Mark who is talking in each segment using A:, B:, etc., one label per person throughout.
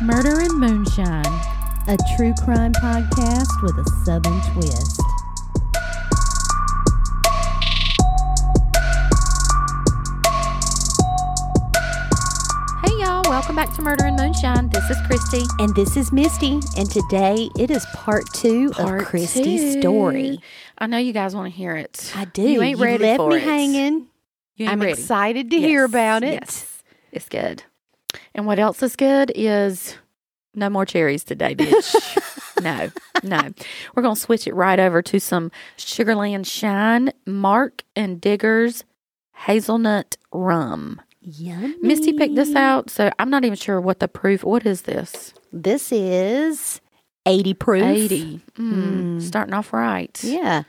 A: Murder and Moonshine.
B: a true crime podcast with a southern twist.
A: Hey y'all, welcome back to Murder and Moonshine. This is Christy.
B: And this is Misty, and today it is part two
A: Part
B: of Christy's
A: two.
B: story.
A: I know you guys want to hear it.
B: I do.
A: You ain't ready
B: left
A: for
B: me
A: it.
B: hanging.
A: You ain't
B: I'm
A: ready.
B: excited to
A: Yes,
B: hear about it.
A: yes. It's good. And what else is good is no more cherries today, bitch. no, no. We're going to switch it right over to some Sugarland Shine Mark and Digger's Hazelnut Rum.
B: Yummy.
A: Misty picked this out, so I'm not even sure what the proof. What is this?
B: This is 80 proof.
A: 80. Mm,
B: Mm.
A: Starting off right.
B: Yeah.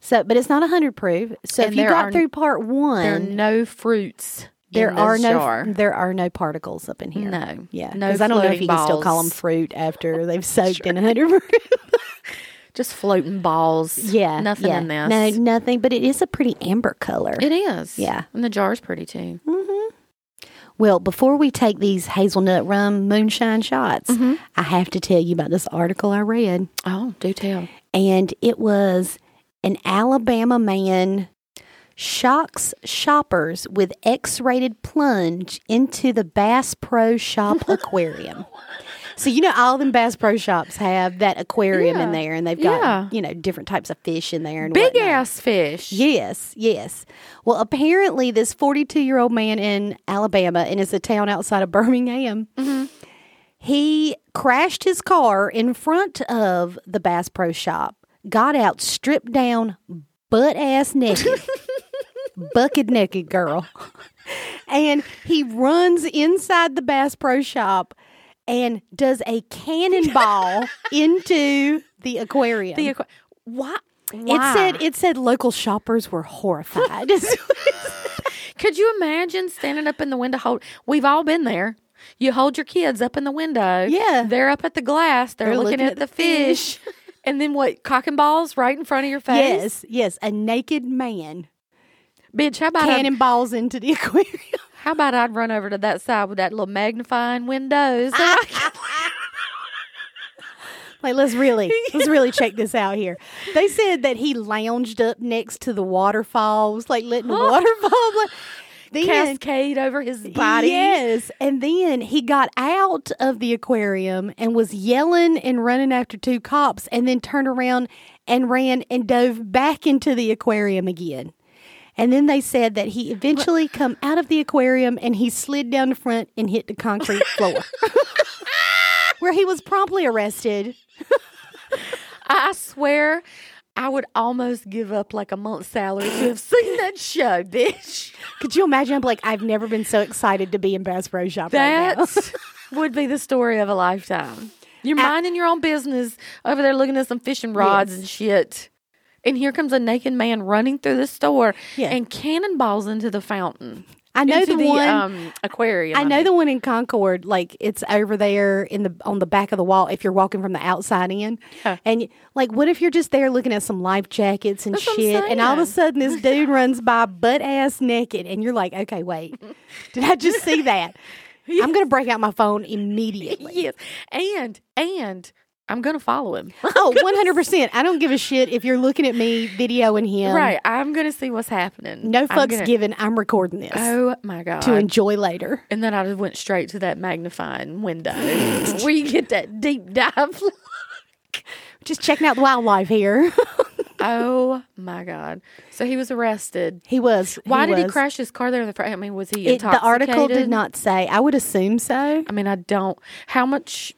B: So, but it's not 100 proof. So
A: And
B: if you
A: there
B: got
A: are-
B: through part
A: There are
B: one,
A: no fruits.
B: there
A: in
B: are
A: this
B: no
A: jar.
B: there are no particles up in here.
A: No.
B: Yeah,
A: No
B: because I don't know if
A: floating
B: you can still call them
A: balls.
B: fruit after they've soaked in in 100 proof.
A: Just floating balls.
B: Yeah.
A: Nothing
B: yeah.
A: in this.
B: No, nothing, but it is a pretty amber color.
A: It is.
B: Yeah.
A: And the jar's pretty too.
B: hmm Well, before we take these hazelnut rum moonshine shots,
A: Mhm.
B: I have to tell you about this article I read.
A: Oh, do tell.
B: And it was an Alabama man shocks shoppers with X rated plunge into the Bass Pro Shop Aquarium. So you know all them Bass Pro shops have that aquarium
A: Yeah.
B: in there and they've got
A: Yeah.
B: you know different types of fish in there and
A: Big
B: whatnot.
A: ass fish.
B: Yes, yes. Well, apparently, this 42 year old man in Alabama, and it's a town outside of Birmingham, he crashed his car in front of the Bass Pro Shop, got out, stripped down, butt ass naked, bucket naked girl. And he runs inside the Bass Pro Shop and does a cannonball into the aquarium.
A: The aqua- why?
B: It said
A: Why?
B: it said local shoppers were horrified.
A: Could you imagine standing up in the window? Hold. We've all been there. You hold your kids up in the window.
B: Yeah.
A: They're up at the glass. They're, looking, at, the fish. and then what? Cock and balls right in front of your face.
B: yes, yes, a naked man
A: Bitch, how about I,
B: cannonballs into the aquarium.
A: how about I'd run over to that side with that little magnifying windows?
B: like let's really let's really check this out here. They said that he lounged up next to the waterfalls, like letting the waterfall. Like, then,
A: cascade over his body.
B: Yes, and then he got out of the aquarium and was yelling and running after two cops, and then turned around and ran and dove back into the aquarium again. And then they said that he eventually come out of the aquarium and he slid down the front and hit the concrete floor, where he was promptly arrested.
A: I, I swear, I would almost give up like a month's salary to have seen that show, bitch.
B: Could you imagine? I'm like, I've never been so excited to be in Bass Pro Shop right now.
A: That would be the story of a lifetime. You're minding your own business over there looking at some fishing rods
B: Yes.
A: and shit. And here comes a naked man running through the store
B: Yeah.
A: and cannonballs into the fountain.
B: I know
A: into
B: the one.
A: um, aquarium.
B: I know
A: mean.
B: the one in Concord, like it's over there in the on the back of the wall if you're walking from the outside in.
A: Yeah.
B: And like what if you're just there looking at some life jackets and
A: That's what I'm
B: shit and all of a
A: saying.
B: sudden this dude runs by butt ass naked and you're like, Okay, wait. Did I just see that? I'm gonna break out my phone immediately.
A: Yes. And, and I'm going to follow him.
B: Oh, 100%. I don't give a shit if you're looking at me videoing him.
A: right. I'm going to see what's happening.
B: No
A: I'm
B: fucks
A: gonna-
B: given. I'm recording this
A: Oh my God.
B: to enjoy later.
A: And then I just went straight to that magnifying window where you get that deep dive. look.
B: Just checking out the wildlife here.
A: oh my God. So he was arrested.
B: he was.
A: Why did he
B: was.
A: crash his car there in the front? I mean, was he
B: It, the
A: intoxicated?
B: article did not say. I would assume so.
A: I mean, I don't. How much,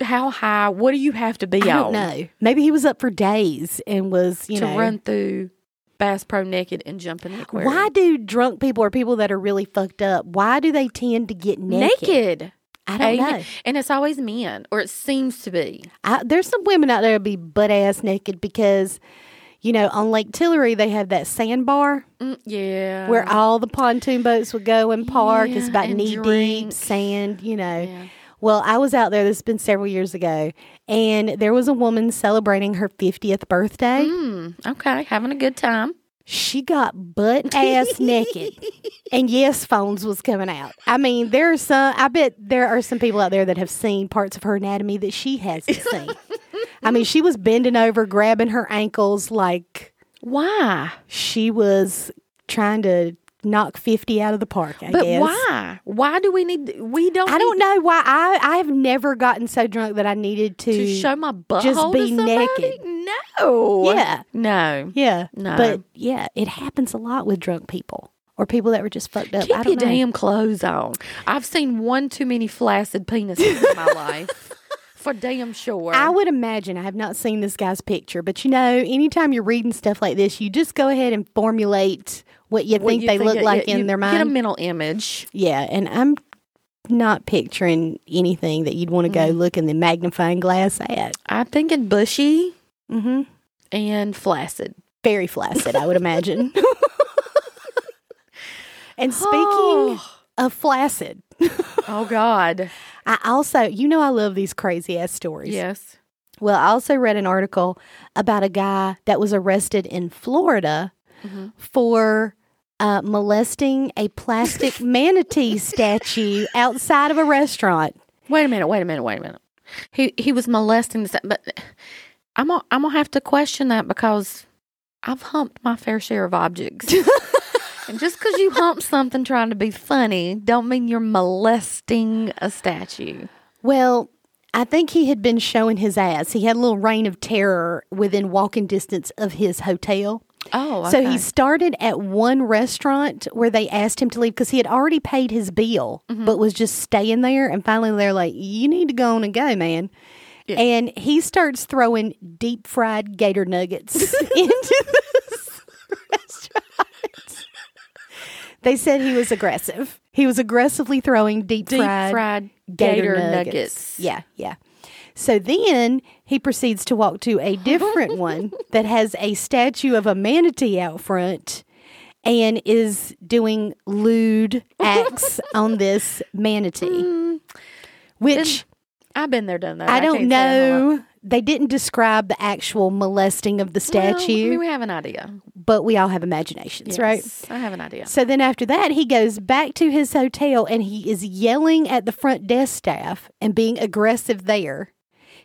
A: how high, what do you have to be
B: I
A: on
B: don't know. Maybe he was up for days and was, you
A: to
B: know.
A: run through Bass Pro naked and jump in the aquarium?
B: why do drunk people or people that are really fucked up? Why do they tend to get naked?
A: Naked. eh?
B: I don't
A: Amen.
B: know.
A: And it's always men, or it seems to be.
B: I, there's some women out there that be butt ass naked because, you know, on Lake Tillery they have that sandbar
A: Mm, yeah.
B: where all the pontoon boats would go and park. it's
A: Yeah,
B: about
A: and
B: knee
A: drink.
B: deep sand, you know.
A: Yeah.
B: Well, I was out there. This has been several years ago, and there was a woman celebrating her 50th birthday.
A: Mm, okay. Having a good time.
B: She got butt ass naked. And yes, phones was coming out. I mean, there are some, I bet there are some people out there that have seen parts of her anatomy that she hasn't seen. I mean, she was bending over, grabbing her ankles like
A: Why?
B: she was trying to knock 50 out of the park, I
A: But
B: guess.
A: why? Why do we need? We don't.
B: I
A: need
B: don't know why. I, I have never gotten so drunk that I needed to.
A: to show my butthole.
B: be
A: to somebody?
B: naked.
A: No.
B: Yeah.
A: No.
B: Yeah.
A: No.
B: But yeah, it happens a lot with drunk people or people that were just fucked up. I
A: Keep
B: don't
A: your
B: know.
A: damn clothes on. I've seen one too many flaccid penises in my life, for damn sure.
B: I would imagine, I have not seen this guy's picture, but you know, anytime you're reading stuff like this, you just go ahead and formulate what you
A: What
B: think
A: you
B: they look
A: yeah,
B: like
A: yeah,
B: in
A: you
B: their
A: Get a
B: mind.
A: mental image.
B: yeah, and I'm not picturing anything that you'd want to
A: Mm-hmm.
B: go look in the magnifying glass at.
A: I'm thinking bushy
B: Mm-hmm.
A: and flaccid.
B: Very flaccid, I would imagine. and speaking of flaccid,
A: Oh God.
B: I also, you know, I love these crazy ass stories.
A: yes.
B: Well, I also read an article about a guy that was arrested in Florida
A: Mhm.
B: for uh, molesting a plastic manatee statue outside of a restaurant.
A: Wait a minute. Wait a minute. Wait a minute. He he was molesting this, but I'm gonna, I'm gonna have to question that because I've humped my fair share of objects. And just because you hump something trying to be funny, don't mean you're molesting a statue.
B: Well, I think he had been showing his ass. He had a little reign of terror within walking distance of his hotel.
A: Oh,
B: So he started at one restaurant where they asked him to leave because he had already paid his bill, but was just staying there. And finally, they're like, "You need to go on and go, man." And he starts throwing deep fried gator nuggets into this restaurant. They said he was aggressive. He was aggressively throwing deep,
A: deep fried, gator, nuggets.
B: yeah, yeah. So then he proceeds to walk to a different one that has a statue of a manatee out front and is doing lewd acts on this manatee. Which
A: I've been there, done that.
B: I don't
A: Hmm. can't say a whole lot.
B: know. They didn't describe the actual molesting of the
A: Well, I
B: statue,
A: mean, we have an idea.
B: but we all have imaginations, right?
A: Yes, I have an idea.
B: So then after that, he goes back to his hotel and he is yelling at the front desk staff and being aggressive there.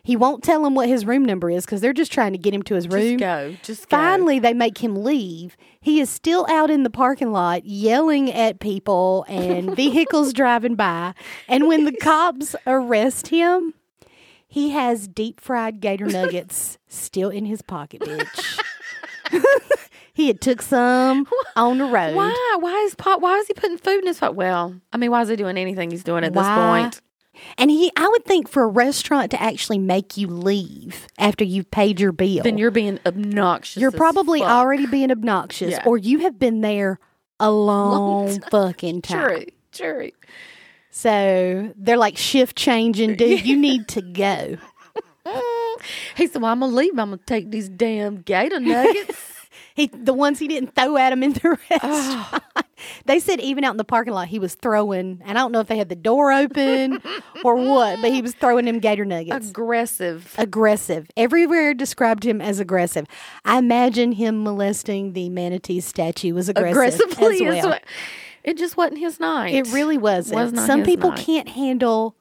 B: He won't tell them what his room number is because they're just trying to get him to his room.
A: Just go. Just go.
B: Finally, they make him leave. He is still out in the parking lot yelling at people and vehicles driving by. And when the cops arrest him, he has deep fried gator nuggets still in his pocket, bitch. he had took some on the road.
A: Why? Why is pot? Why is he putting food in his pot? Well, I mean, why is he doing anything he's doing at
B: Why?
A: this point?
B: And he, I would think for a restaurant to actually make you leave after you've paid your bill,
A: Then you're being obnoxious.
B: you're
A: as
B: probably
A: fuck.
B: already being obnoxious
A: Yeah.
B: or you have been there a long, fucking time.
A: True. True.
B: So they're like shift changing, dude, you need to go.
A: Mm. He said, "Well, I'm gonna leave. I'm gonna take these damn gator nuggets."
B: He, the ones he didn't throw at him in the restaurant. they said even out in the parking lot, he was throwing, and I don't know if they had the door open or what, but he was throwing them gator nuggets.
A: Aggressive.
B: aggressive. Everywhere described him as aggressive. I imagine him molesting the manatee statue was aggressive
A: Aggressively.
B: as
A: is
B: well.
A: what- It just wasn't his night.
B: It really wasn't.
A: Was not
B: Some
A: his
B: people
A: night.
B: can't handle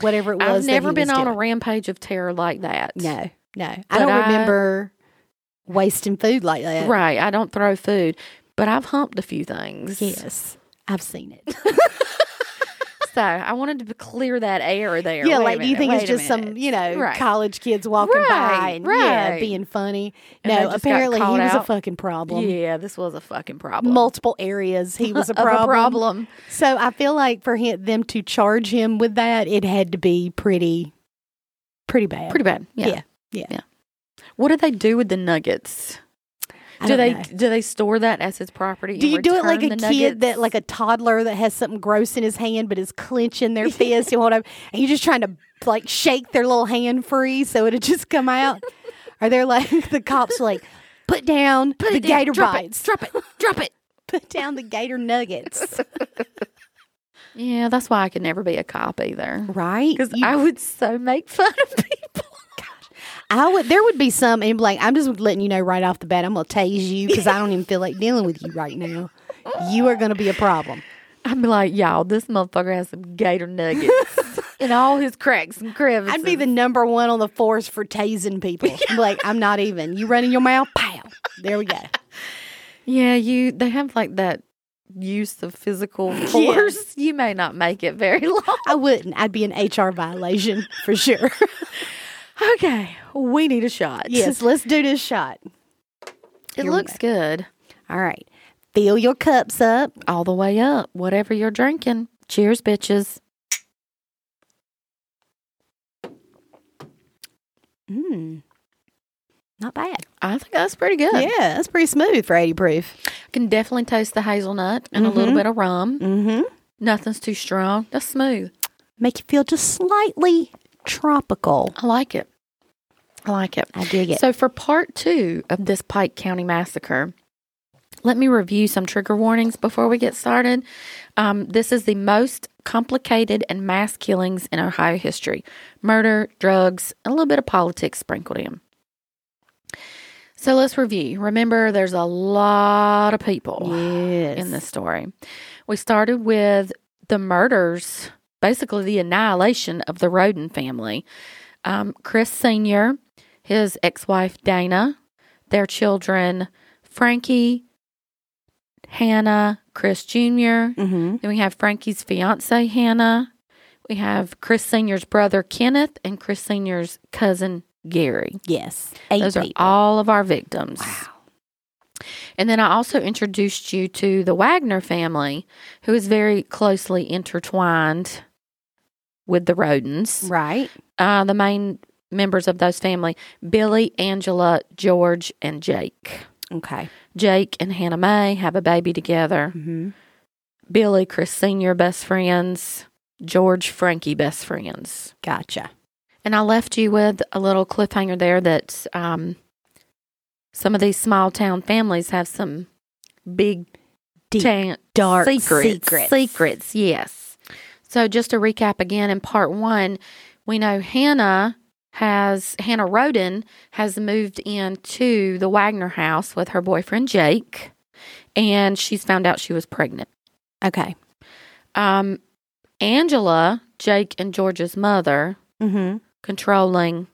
B: whatever it was.
A: I've
B: that he
A: never been
B: was
A: on a
B: doing.
A: rampage of terror like that.
B: No, no. I
A: But
B: don't
A: I-
B: remember wasting food like that.
A: Right. I don't throw food, but I've humped a few things.
B: Yes, I've seen it.
A: So I wanted to clear that air there.
B: yeah,
A: Wait a
B: like do you
A: minute,
B: think
A: wait
B: it's
A: a
B: just some
A: minute.
B: you know
A: Right.
B: college kids walking by
A: Right,
B: and yeah,
A: right.
B: being funny?
A: And they
B: no,
A: just got
B: apparently he
A: called
B: was a
A: out.
B: fucking problem.
A: Yeah, this was a fucking problem.
B: Multiple areas, he was a
A: Of a
B: problem.
A: problem.
B: So I feel like for him, them to charge him with that, it had to be pretty, pretty bad.
A: Pretty bad. Yeah.
B: Yeah, yeah.
A: What do they do with the nuggets?
B: I
A: do
B: don't
A: they
B: know.
A: do they store that as his property?
B: Do
A: and
B: you do it like a
A: return
B: kid
A: the
B: that,
A: nuggets?
B: like a toddler that has something gross in his hand but is clenching their fist and hold up, and you're just trying to like shake their little hand free so it'll just come out? Are they like the cops are like put down
A: Put
B: the
A: it down,
B: gator
A: drop it,
B: bites,
A: drop it, drop it.
B: put down the gator nuggets,
A: Yeah, that's why I could never be a cop either.
B: right?
A: Because
B: You-
A: I would so make fun of people.
B: Gosh. I would. There would be some, and like I'm just letting you know right off the bat, I'm gonna tase you because I don't even feel like dealing with you right now. You are gonna be a problem.
A: I'd be like, y'all, this motherfucker has some gator nuggets in all his cracks and crevices.
B: I'd be the number one on the force for tasing people. I'm like I'm not even. You running your mouth? Pow! There we go.
A: yeah, you. They have like that use of physical force. You may not make it very long.
B: I wouldn't. I'd be an HR violation for sure.
A: Okay, we need a shot.
B: yes, let's do this shot.
A: it
B: here we
A: looks good
B: All right, fill your cups up.
A: all the way up. Whatever you're drinking. Cheers, bitches.
B: Mm. Not bad.
A: I think that's pretty good.
B: Yeah, that's pretty smooth for 80 proof.
A: Can definitely taste the hazelnut and a little
B: Mhm.
A: bit of rum.
B: Mm-hmm.
A: Nothing's too strong. That's smooth.
B: Make you feel just slightly tropical.
A: I like it. I like it.
B: I dig it.
A: So, for part two of this Pike County massacre, let me review some trigger warnings before we get started. Um, this is the most complicated and mass killings in Ohio history murder, drugs, and a little bit of politics sprinkled in. So, let's review. Remember, there's a lot of people
B: yes.
A: in this story. We started with the murders, basically the annihilation of the Roden family. Um, Chris Sr., his ex wife Dana, their children Frankie, Hannah, Chris Jr.,
B: Mm-hmm.
A: then we have Frankie's fiance Hannah. We have Chris Sr.'s brother Kenneth and Chris Sr.'s cousin Gary.
B: Yes. Eight
A: Those are
B: people.
A: all of our victims.
B: Wow.
A: And then I also introduced you to the Wagner family, who is very closely intertwined with the Rodens.
B: Right.
A: Uh, the main members of those family Billy, Angela, George, and Jake.
B: Okay.
A: Jake and Hannah May have a baby together.
B: Mm-hmm.
A: Billy, Chris Sr., best friends. George, Frankie, best friends.
B: Gotcha.
A: And I left you with a little cliffhanger there that um, some of these small town families have some big
B: Deep,
A: tan-
B: dark
A: secrets,
B: secrets.
A: secrets, yes. So just to recap again, in part one, we know Hannah has Hannah Roden has moved into the Wagner house with her boyfriend Jake, and she's found out she was pregnant.
B: Okay.
A: Um, Angela, Jake and George's mother,
B: Mm-hmm.
A: controlling,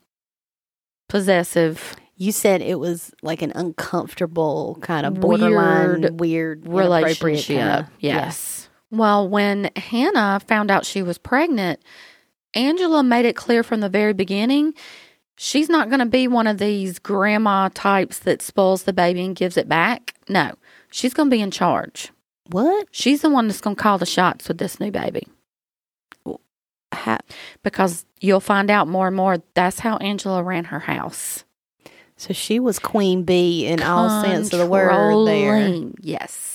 A: possessive
B: You said it was like an uncomfortable kind of borderline weird, inappropriate
A: relationship.
B: kind of-
A: yes.
B: Yes.
A: Well, when Hannah found out she was pregnant, Angela made it clear from the very beginning she's not going to be one of these grandma types that spoils the baby and gives it back. No, she's going to be in charge.
B: What?
A: She's the one that's going to call the shots with this new baby
B: How?
A: because you'll find out more and more that's how Angela ran her house.
B: So she was queen bee in all sense of the word there.
A: Controlling, Yes.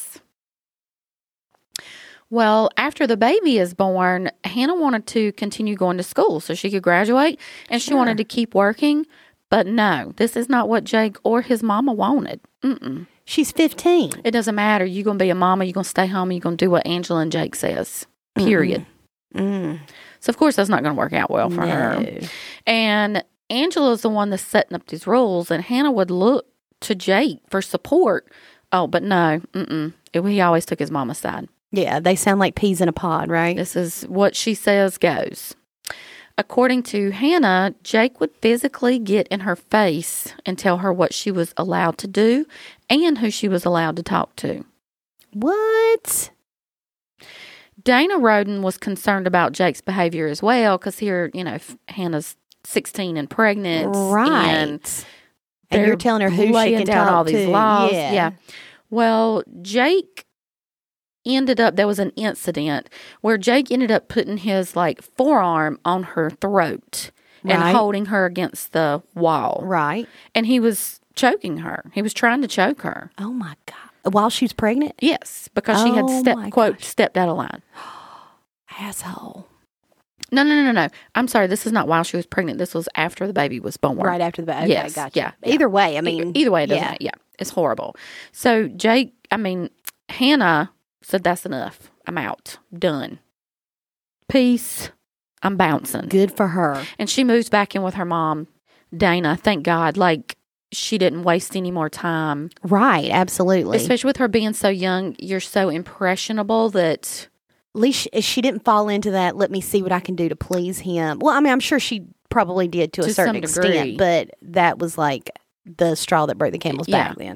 A: Well, after the baby is born, Hannah wanted to continue going to school so she could graduate and she
B: Sure.
A: wanted to keep working. But no, this is not what Jake or his mama wanted. Mm-mm.
B: She's 15.
A: It doesn't matter. You're going to be a mama. You're going to stay home and you're going to do what Angela and Jake says, period.
B: Mm.
A: So, of course, that's not going to work out well for her.
B: No.
A: And Angela's the one that's setting up these rules, and Hannah would look to Jake for support. Oh, but no, mm-mm. It- he always took his mama's side.
B: Yeah, they sound like peas in a pod, right?
A: This is what she says goes. According to Hannah, Jake would physically get in her face and tell her what she was allowed to do and who she was allowed to talk to.
B: What?
A: Dana Roden was concerned about Jake's behavior as well because here, you know, f- Hannah's 16 and pregnant.
B: right.
A: And
B: And, you're
A: they're
B: telling her who she
A: laying
B: can
A: down
B: talk
A: all these
B: to.
A: laws.
B: Yeah.
A: Well, Jake ended up there was an incident where Jake ended up putting his like forearm on her throat
B: Right.
A: and holding her against the wall.
B: Right.
A: And he was choking her. He was trying to choke her.
B: Oh my god. While she's pregnant,
A: Yes, because she had
B: Oh
A: step
B: my
A: quote stepped out of line.
B: asshole.
A: No, no, no, no, no. I'm sorry. This is not while she was pregnant. This was after the baby was born.
B: Right after the baby. Okay,
A: Yes,
B: gotcha.
A: yeah, yeah.
B: Either way, I
A: E-
B: mean,
A: either way, it doesn't.
B: yeah.
A: Yeah. it's horrible. So Jake, I mean Hannah said, "That's enough. I'm out. Done. Peace. I'm bouncing."
B: Good for her.
A: And she moves back in with her mom. Dana, thank God, like she didn't waste any more time.
B: Right, absolutely.
A: Especially with her being so young, you're so impressionable that
B: At least she, she didn't fall into that. Let me see what I can do to please him. Well, I mean, I'm sure she probably did to a
A: To
B: certain
A: some
B: extent,
A: degree.
B: but that was like the straw that broke the camel's back. Then,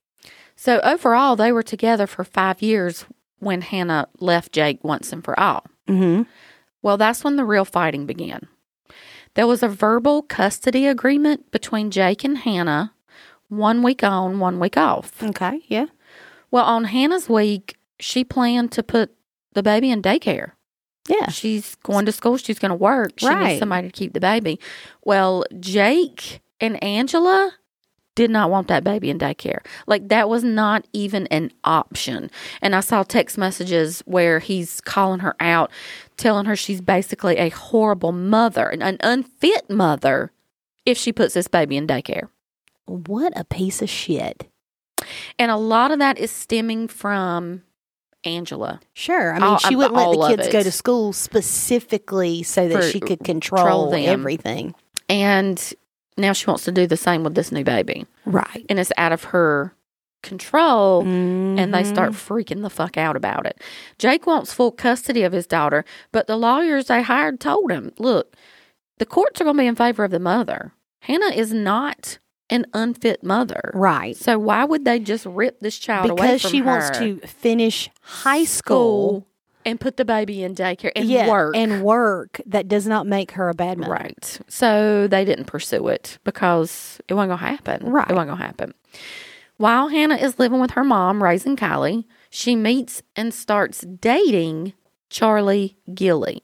A: so overall they were together for 5 years when Hannah left Jake once and for all.
B: mm-hmm.
A: Well, that's when the real fighting began. There was a verbal custody agreement between Jake and Hannah, one week on, one week off.
B: okay, yeah,
A: Well, on Hannah's week, she planned to put the baby in daycare.
B: yeah,
A: She's going to school, she's going to work, she
B: Right.
A: needs somebody to keep the baby. Well, Jake and Angela did not want that baby in daycare. Like that was not even an option. And I saw text messages where he's calling her out, telling her she's basically a horrible mother, an, an unfit mother if she puts this baby in daycare.
B: what a piece of shit.
A: And a lot of that is stemming from Angela.
B: Sure. I mean,
A: All- um,
B: she wouldn't let
A: all
B: the
A: of
B: kids go
A: it.
B: to school specifically so that
A: For-
B: she could
A: control
B: control
A: them.
B: everything.
A: And now she wants to do the same with this new baby.
B: Right.
A: And it's out of her control. and they start
B: Mm-hmm.
A: freaking the fuck out about it. Jake wants full custody of his daughter, but the lawyers they hired told him, look, the courts are going to be in favor of the mother. Hannah is not an unfit mother.
B: Mm-hmm. Right.
A: So why would they just rip this child away
B: Because
A: from
B: she wants
A: her?
B: to finish high school,
A: and put the baby in daycare and
B: Yeah,
A: work
B: And work that does not make her a bad mother.
A: Right. So they didn't pursue it because it wasn't going to happen.
B: Right.
A: It wasn't going to happen. While Hannah is living with her mom, raising Kylie, she meets and starts dating Charlie Gilly.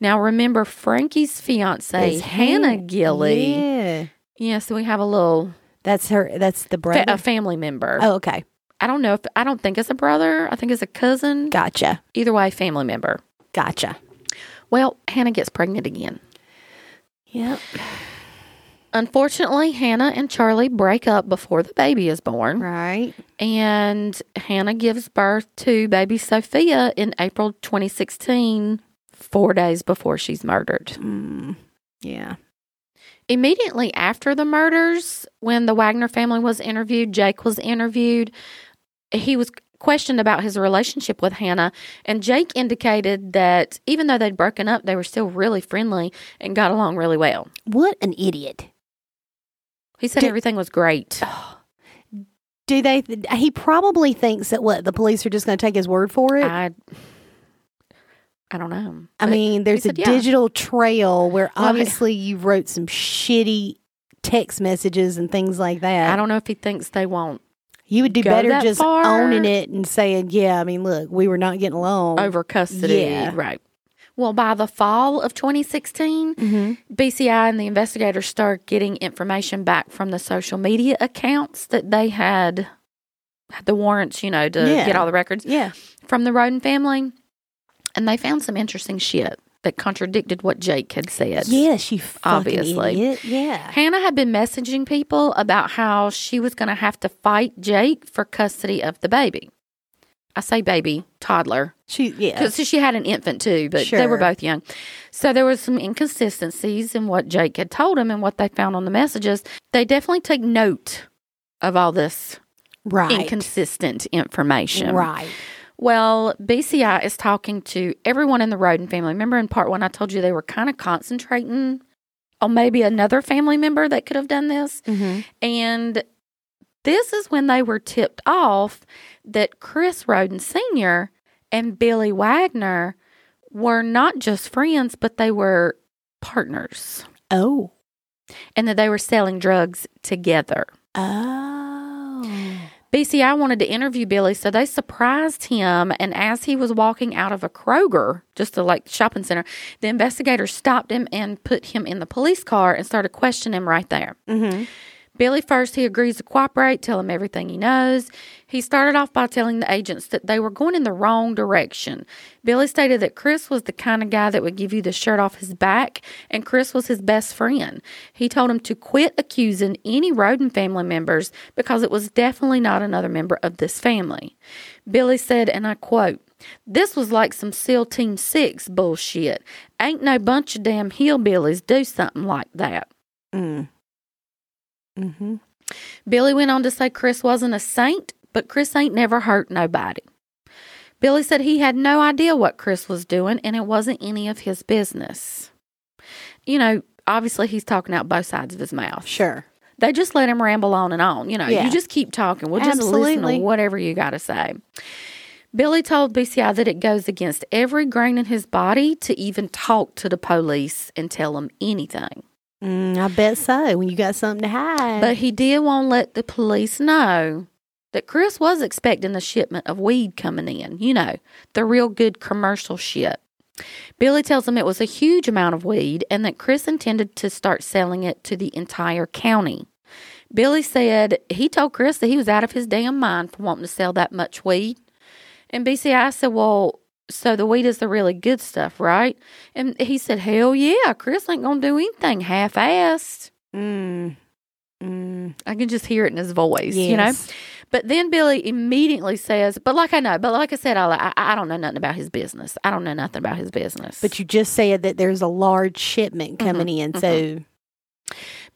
A: Now, remember, Frankie's fiance,
B: It's
A: Hannah
B: Han-
A: Gilly.
B: Yeah.
A: Yes, we have a little
B: That's her. That's
A: fa-
B: the brother.
A: a family member.
B: oh, okay.
A: I don't know if, I don't think it's a brother. I think it's a cousin.
B: Gotcha.
A: Either way, family member.
B: Gotcha.
A: Well, Hannah gets pregnant again.
B: Yep.
A: Unfortunately, Hannah and Charlie break up before the baby is born.
B: Right.
A: And Hannah gives birth to baby Sophia in April 2016, four days before she's murdered.
B: Mm. Yeah.
A: Immediately after the murders, when the Wagner family was interviewed, Jake was interviewed. He was questioned about his relationship with Hannah, and Jake indicated that even though they'd broken up, they were still really friendly and got along really well.
B: What an idiot.
A: He said
B: Did-
A: everything was great.
B: Do they? he probably thinks that what the police are just going to take his word for it.
A: I, I don't know.
B: I
A: But-
B: mean, there's
A: said
B: a
A: yeah.
B: digital trail where
A: Well, I-
B: obviously you wrote some shitty text messages and things like that.
A: I don't know if he thinks they won't
B: you would do
A: go
B: better
A: that
B: just
A: far.
B: owning it and saying, "Yeah, I mean, look, we were not getting along."
A: over custody.
B: Yeah.
A: Right. Well, by the fall of 2016,
B: Mhm.
A: BCI and the investigators start getting information back from the social media accounts that they had had the warrants, you know, to
B: Yeah.
A: get all the records
B: Yeah,
A: from the Roden family. And they found some interesting shit that contradicted what Jake had said.
B: yes, you fucking
A: obviously.
B: idiot. Yeah,
A: Hannah had been messaging people about how she was going to have to fight Jake for custody of the baby. I say baby, toddler,
B: she yeah,
A: because she had an infant too, but they
B: Sure.
A: were both young. So there was some inconsistencies in what Jake had told him and what they found on the messages. They definitely take note of all this
B: right,
A: inconsistent information.
B: right.
A: Well, BCI is talking to everyone in the Roden family. Remember in part one, I told you they were kind of concentrating on maybe another family member that could have done this. And this is when they were tipped off that Chris Roden Sr. and Billy Wagner were not just friends, but they were partners
B: Oh,
A: and that they were selling drugs together.
B: oh,
A: BCI wanted to interview Billy, so they surprised him. And as he was walking out of a Kroger, just a like shopping center, the investigators stopped him and put him in the police car and started questioning him right there.
B: mm-hmm.
A: Billy first he agrees to cooperate, tell him everything he knows. He started off by telling the agents that they were going in the wrong direction. Billy stated that Chris was the kind of guy that would give you the shirt off his back, and Chris was his best friend. He told him to quit accusing any Roden family members because it was definitely not another member of this family. Billy said, and I quote, this was like some SEAL Team 6 bullshit. Ain't no bunch of damn hillbillies do something like that.
B: mm. Mm-hmm.
A: Billy went on to say Chris wasn't a saint, but Chris ain't never hurt nobody. Billy said he had no idea what Chris was doing and it wasn't any of his business. You know, obviously he's talking out both sides of his mouth.
B: Sure.
A: They just let him ramble on and on. You know,
B: Yeah.
A: you just keep talking. We'll just listen
B: Absolutely.
A: to whatever you got to say. Billy told BCI that it goes against every grain in his body to even talk to the police and tell them anything.
B: Mm, I bet so. When you got something to hide.
A: But he did want to let the police know that Chris was expecting the shipment of weed coming in, you know, the real good commercial shit. Billy tells him it was a huge amount of weed and that Chris intended to start selling it to the entire county. Billy said he told Chris that he was out of his damn mind for wanting to sell that much weed. And BCI said, Well, so the weed is the really good stuff, right? And he said, Hell yeah, Chris ain't gonna do anything half assed.
B: Mm. Mm.
A: I can just hear it in his voice, you know.
B: Yes.
A: But then Billy immediately says, "But like I know, but like I said, I I, I don't know nothing about his business. I don't know nothing about his business."
B: But you just said that there's a large shipment
A: Mm-hmm,
B: coming in, so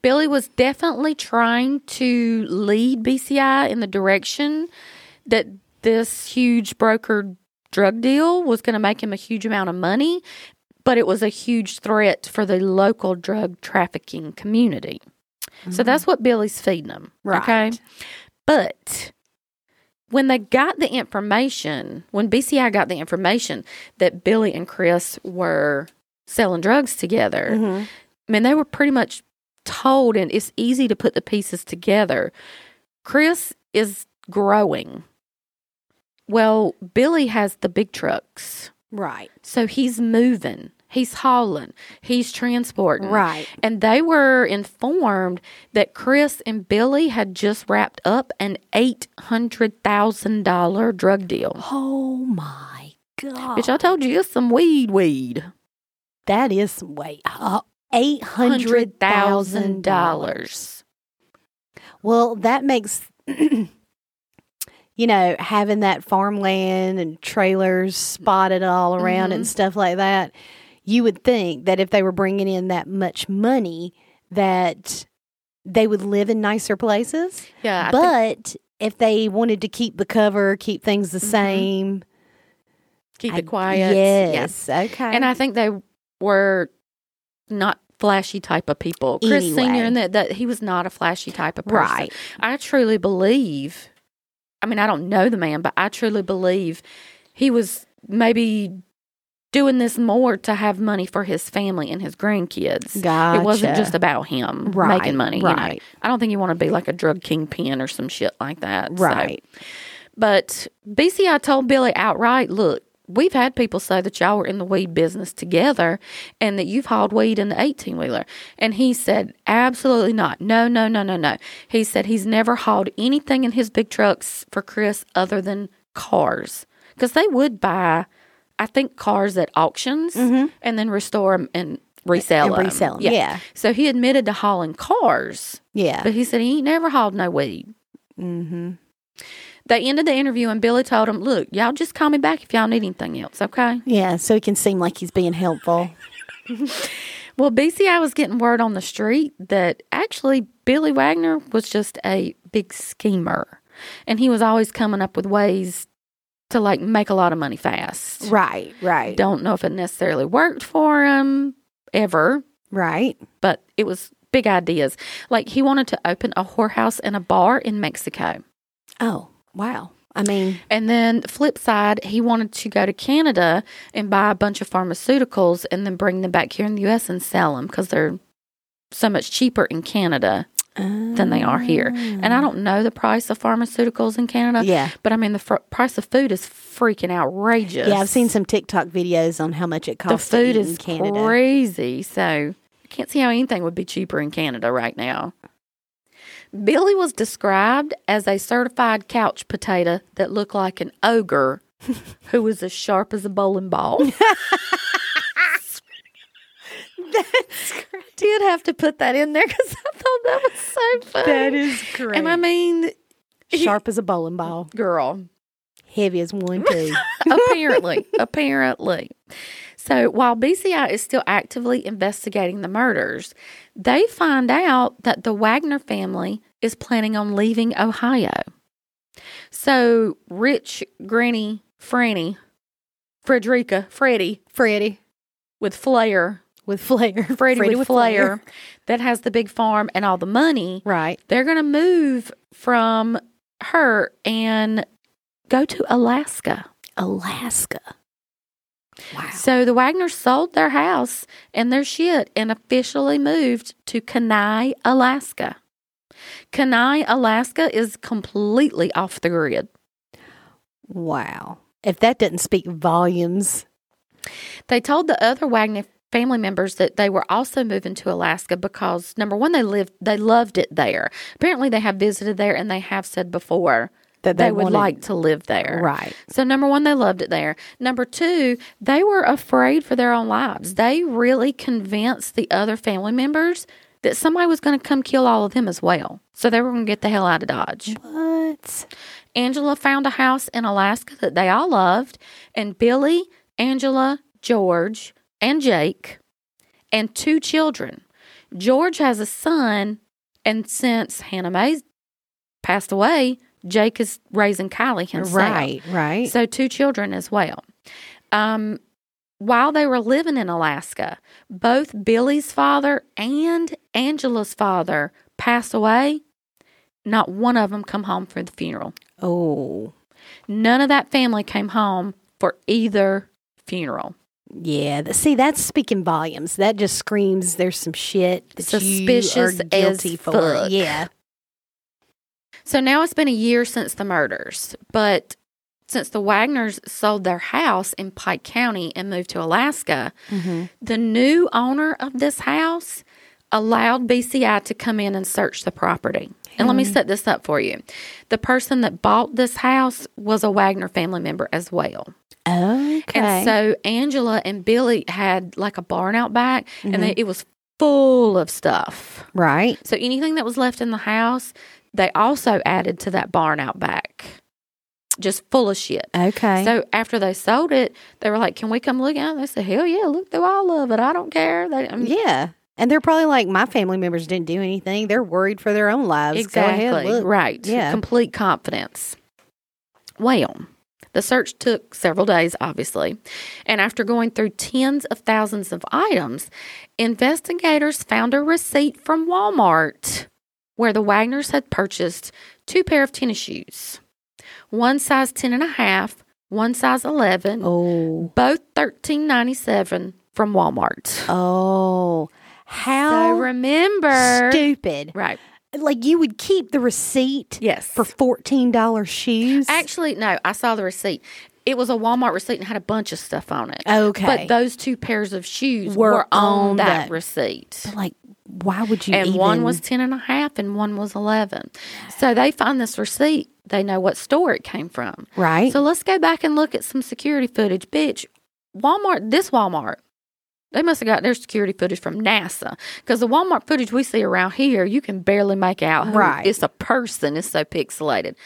A: Billy was definitely trying to lead BCI in the direction that this huge broker drug deal was going to make him a huge amount of money, but it was a huge threat for the local drug trafficking community. So that's what Billy's feeding them. Okay.
B: Right.
A: But when they got the information, when BCI got the information that Billy and Chris were selling drugs together,
B: Mhm.
A: I mean, they were pretty much told, and it's easy to put the pieces together. Chris is growing. Well, Billy has the big trucks.
B: Mm-hmm. right,
A: So he's moving, he's hauling, he's transporting.
B: right.
A: And they were informed that Chris and Billy had just wrapped up an $800,000 drug deal.
B: Oh my god!
A: Bitch, I told you it's some weed weed.
B: that is some weight. Uh, Eight hundred thousand dollars.
A: $100,000.
B: Well, that makes you know having that farmland and trailers spotted all around
A: Mm-hmm.
B: and stuff like that. You would think that if they were bringing in that much money, that they would live in nicer places.
A: Yeah. I think-
B: but if they wanted to keep the cover, keep things the same,
A: Mm-hmm. keep
B: I-
A: it quiet. Yeah.
B: Yes, okay.
A: And I think they were not flashy type of people. Chris
B: Anyway.
A: Senior, and that, that he was not a flashy type of person.
B: right,
A: I truly believe. I mean, I don't know the man, but I truly believe he was maybe doing this more to have money for his family and his grandkids.
B: gotcha.
A: It wasn't just about him
B: Right,
A: making money. You know?
B: right.
A: I don't think you want to be like a drug kingpin or some shit like that. So-
B: right.
A: but BCI told Billy outright, look, we've had people say that y'all were in the weed business together and that you've hauled weed in the 18 wheeler. And he said, absolutely not. No, no, no, no, no. He said he's never hauled anything in his big trucks for Chris other than cars because they would buy, I think, cars at auctions and then restore them and resell
B: Mm-hmm. And
A: 'em.
B: resell 'em, yeah.
A: So he admitted to hauling cars,
B: Yeah.
A: but he said he ain't never hauled no weed.
B: mm-hmm.
A: They ended the interview and Billy told him, Look, y'all just call me back if y'all need anything else, okay?
B: Yeah. So it can seem like he's being helpful.
A: Well, BCI was getting word on the street that actually Billy Wagner was just a big schemer and he was always coming up with ways to like make a lot of money fast.
B: right. Right.
A: Don't know if it necessarily worked for him ever,
B: Right.
A: but it was big ideas. Like he wanted to open a whorehouse and a bar in Mexico.
B: Oh wow. I mean,
A: And then flip side, he wanted to go to Canada and buy a bunch of pharmaceuticals and then bring them back here in the U.S. and sell them because they're so much cheaper in Canada than they are here. And I don't know the price of pharmaceuticals in Canada.
B: Mm. Yeah.
A: But I mean, the fr- price of food is freaking outrageous.
B: yeah, I've seen some TikTok videos on how much it
A: the
B: costs.
A: food
B: to eat
A: is
B: in Canada.
A: crazy. So I can't see how anything would be cheaper in Canada right now. Billy was described as a certified couch potato that looked like an ogre who was as sharp as a bowling ball. Did have to put that in there because I thought that was so funny.
B: is great.
A: and I mean,
B: Sharp as a bowling ball,
A: girl,
B: heavy as one pea.
A: apparently, apparently. So while BCI is still actively investigating the murders, they find out that the Wagner family is planning on leaving Ohio. So rich granny Franny, Frederica, Freddie
B: Freddie
A: with flair,
B: with flair.
A: Freddie, with, flair, that has the big farm and all the money,
B: Right.
A: they're going to move from her and go to Alaska.
B: Alaska. Wow.
A: So the Wagners sold their house and their shit and officially moved to Kenai, Alaska. Kenai, Alaska is completely off the grid.
B: Wow. If that doesn't speak volumes.
A: They told the other Wagner family members that they were also moving to Alaska because number one, they lived they loved it there. Apparently they have visited there and they have said before
B: That
A: they,
B: they
A: would
B: wanted-
A: like to live there.
B: Right.
A: So, number one, they loved it there. Number two, they were afraid for their own lives. They really convinced the other family members that somebody was going to come kill all of them as well. So, they were going to get the hell out of Dodge.
B: What?
A: Angela found a house in Alaska that they all loved, and Billy, Angela, George, and Jake, and two children. George has a son, and since Hannah Mae's passed away, Jake is raising Kylie himself.
B: Right. Right.
A: So two children as well. Um, while they were living in Alaska, both Billy's father and Angela's father passed away. Not one of them come home for the funeral.
B: oh.
A: None of that family came home for either funeral.
B: Yeah, th- see, that's speaking volumes. That just screams there's some shit that you are
A: Suspicious as
B: guilty for.
A: fuck.
B: Yeah,
A: So now it's been a year since the murders, but since the Wagners sold their house in Pike County and moved to Alaska, the new owner of this house allowed BCI to come in and search the property. And let me set this up for you. The person that bought this house was a Wagner family member as well.
B: okay.
A: And so Angela and Billy had like a barn out back, and they, it was full of stuff.
B: right,
A: So anything that was left in the house, they also added to that barn out back, just full of shit.
B: okay.
A: So after they sold it, they were like, "Can we come look at?" it? They said, "Hell yeah, look through all of it. I don't care." They, I mean,
B: yeah, and they're probably like, my family members didn't do anything. They're worried for their own lives. Go ahead, look.
A: right.
B: Yeah.
A: Complete confidence. Well, the search took several days, obviously. And after going through tens of thousands of items, investigators found a receipt from Walmart where the Wagners had purchased two pair of tennis shoes, one size 10 and a half, one size 11,
B: Oh,
A: both 1397 from Walmart.
B: oh,
A: So
B: how
A: remember.
B: Oh, stupid!
A: right.
B: Like you would keep the receipt
A: Yes.
B: for fourteen dollars shoes.
A: Actually, no, I saw the receipt. It was a Walmart receipt and had a bunch of stuff on it.
B: okay,
A: But those two pairs of shoes were, on, that, receipt.
B: like, why would you?
A: And one
B: even-
A: was 10 and a half and one was 11. So they find this receipt. They know what store it came from.
B: right.
A: So let's go back and look at some security footage. Bitch, Walmart, this Walmart, they must have got their security footage from NASA because the Walmart footage we see around here, you can barely make out. who-
B: Right.
A: It's a person, it's so pixelated.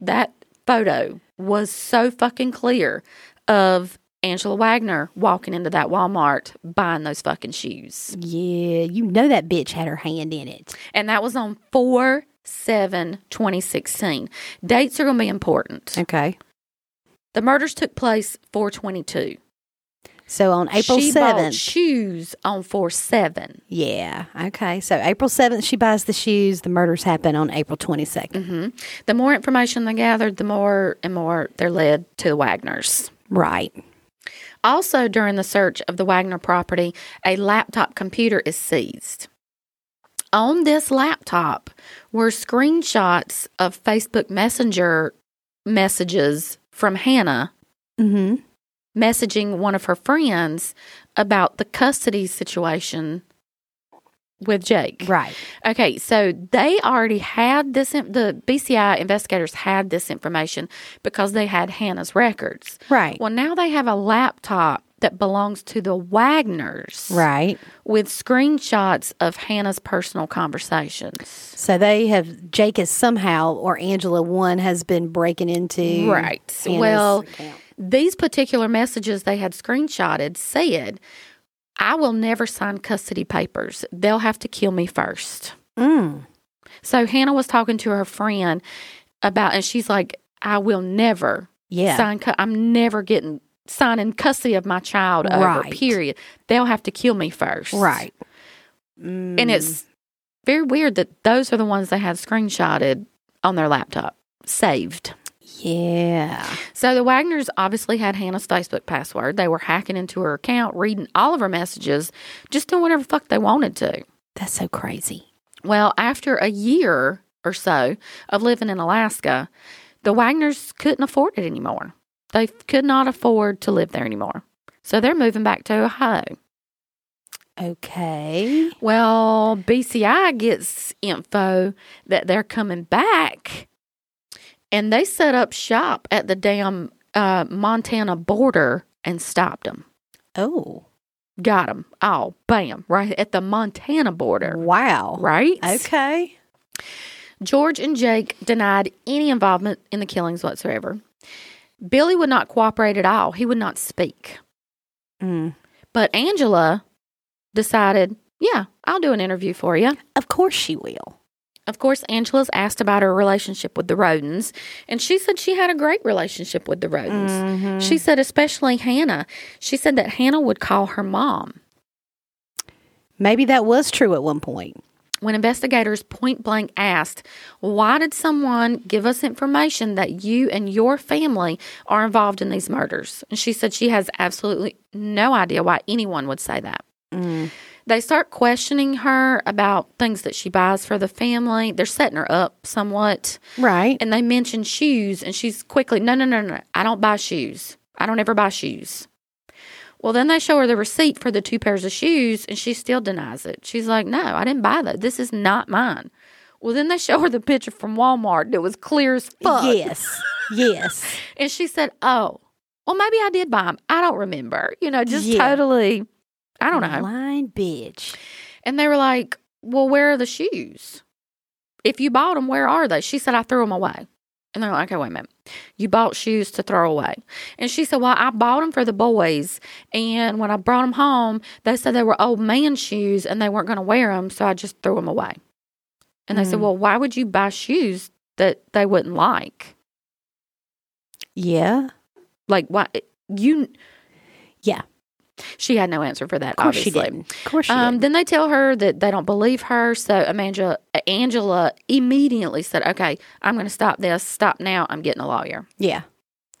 A: That photo was so fucking clear of Angela Wagner walking into that Walmart buying those fucking shoes.
B: yeah, you know that bitch had her hand in it.
A: And that was on 4 7 2016. Dates are going to be important.
B: Okay.
A: The murders took place 422.
B: So on April
A: she bought
B: 7th.
A: shoes on 4 7.
B: Yeah. Okay. So April 7th, she buys the shoes. The murders happen on April 22nd.
A: hmm The more information they gathered, the more and more they're led to the Wagners.
B: Right.
A: Also, during the search of the Wagner property, a laptop computer is seized. On this laptop were screenshots of Facebook Messenger messages from Hannah
B: Mm
A: messaging one of her friends about the custody situation with Jake.
B: Right.
A: Okay, so they already had this. in- The BCI investigators had this information because they had Hannah's records.
B: Right.
A: Well, now they have a laptop that belongs to the Wagners,
B: Right.
A: With screenshots of Hannah's personal conversations,
B: So they have, Jake is somehow, or Angela one has been breaking into.
A: right?
B: Hannah's
A: well,
B: account.
A: These particular messages they had screenshotted said, I will never sign custody papers. They'll have to kill me first.
B: Mm.
A: So Hannah was talking to her friend about, and she's like, I will never
B: Yeah.
A: sign, cu- I'm never getting signing custody of my child over,
B: Right.
A: period. They'll have to kill me first.
B: right. Mm, Mm-hmm.
A: And it's very weird that those are the ones they had screenshotted on their laptop, saved.
B: yeah.
A: So the Wagners obviously had Hannah's Facebook password. They were hacking into her account, reading all of her messages, just doing whatever the fuck they wanted to.
B: That's so crazy.
A: Well, after a year or so of living in Alaska, the Wagners couldn't afford it anymore. They could not afford to live there anymore. So they're moving back to Ohio.
B: Okay.
A: Well, BCI gets info that they're coming back and they set up shop at the damn uh, Montana border and stopped them.
B: Oh.
A: Got them. Oh, bam, right at the Montana border.
B: Wow.
A: Right?
B: Okay.
A: George and Jake denied any involvement in the killings whatsoever. Billy would not cooperate at all. He would not speak.
B: Mm.
A: But Angela decided, yeah, I'll do an interview for you.
B: Of course she will.
A: Of course, Angela's asked about her relationship with the Rodens, and she said she had a great relationship with the Rodens. She said, especially Hannah. She said that Hannah would call her mom.
B: Maybe that was true at one point.
A: When investigators point blank asked, Why did someone give us information that you and your family are involved in these murders? And she said she has absolutely no idea why anyone would say that.
B: Mm.
A: They start questioning her about things that she buys for the family. They're setting her up somewhat.
B: Right.
A: and they mention shoes and she's quickly no no no no i don't buy shoes i don't ever buy shoes well then they show her the receipt for the two pairs of shoes and she still denies it she's like no i didn't buy that this is not mine well then they show her the picture from walmart that was clear as fuck
B: Yes. yes.
A: and she said oh well maybe i did buy them i don't remember you know just
B: Yeah.
A: totally i don't know
B: Blind bitch.
A: and they were like well where are the shoes if you bought them, where are they? She said, I threw them away. And they're like, okay, wait a minute. You bought shoes to throw away. And she said, well, I bought them for the boys. And when I brought them home, they said they were old man shoes and they weren't going to wear them. So I just threw them away. And they said,
B: Mm.
A: well, why would you buy shoes that they wouldn't like?
B: Yeah.
A: Like, why? You.
B: Yeah.
A: She had no answer for that,
B: Of course
A: obviously.
B: she didn't. Of course she
A: Um,
B: didn't.
A: then they tell her that they don't believe her. So Amanda, Angela immediately said, Okay, I'm going to stop this. Stop now. I'm getting a lawyer.
B: yeah.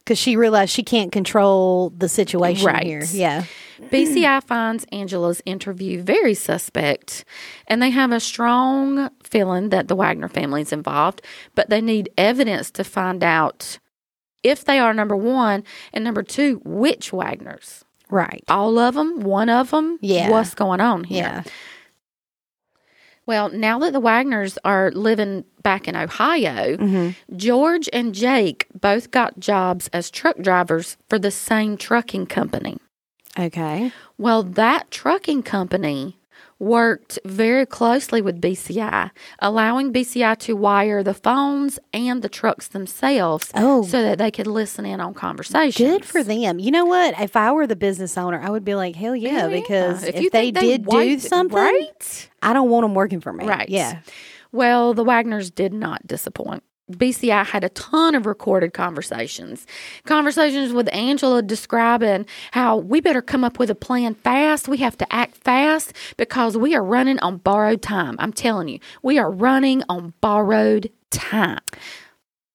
B: Because she realized she can't control the situation
A: Right.
B: here. Yeah.
A: BCI finds Angela's interview very suspect, and they have a strong feeling that the Wagner family is involved, but they need evidence to find out if they are number one and number two, which Wagners.
B: Right.
A: All of them, one of them,
B: Yeah.
A: what's going on here?
B: Yeah.
A: Well, now that the Wagners are living back in Ohio,
B: Mm-hmm.
A: George and Jake both got jobs as truck drivers for the same trucking company.
B: Okay.
A: Well, that trucking company worked very closely with BCI, allowing BCI to wire the phones and the trucks themselves
B: Oh,
A: so that they could listen in on conversations.
B: good for them. You know what? If I were the business owner, I would be like, hell yeah,
A: Hell
B: because
A: yeah.
B: if,
A: you
B: they
A: think
B: did do
A: wiped-
B: something,
A: right?
B: I don't want them working for me.
A: Right.
B: Yeah.
A: Well, the Wagners did not disappoint. BCI had a ton of recorded conversations. Conversations with Angela describing how we better come up with a plan fast. We have to act fast because we are running on borrowed time. I'm telling you, we are running on borrowed time.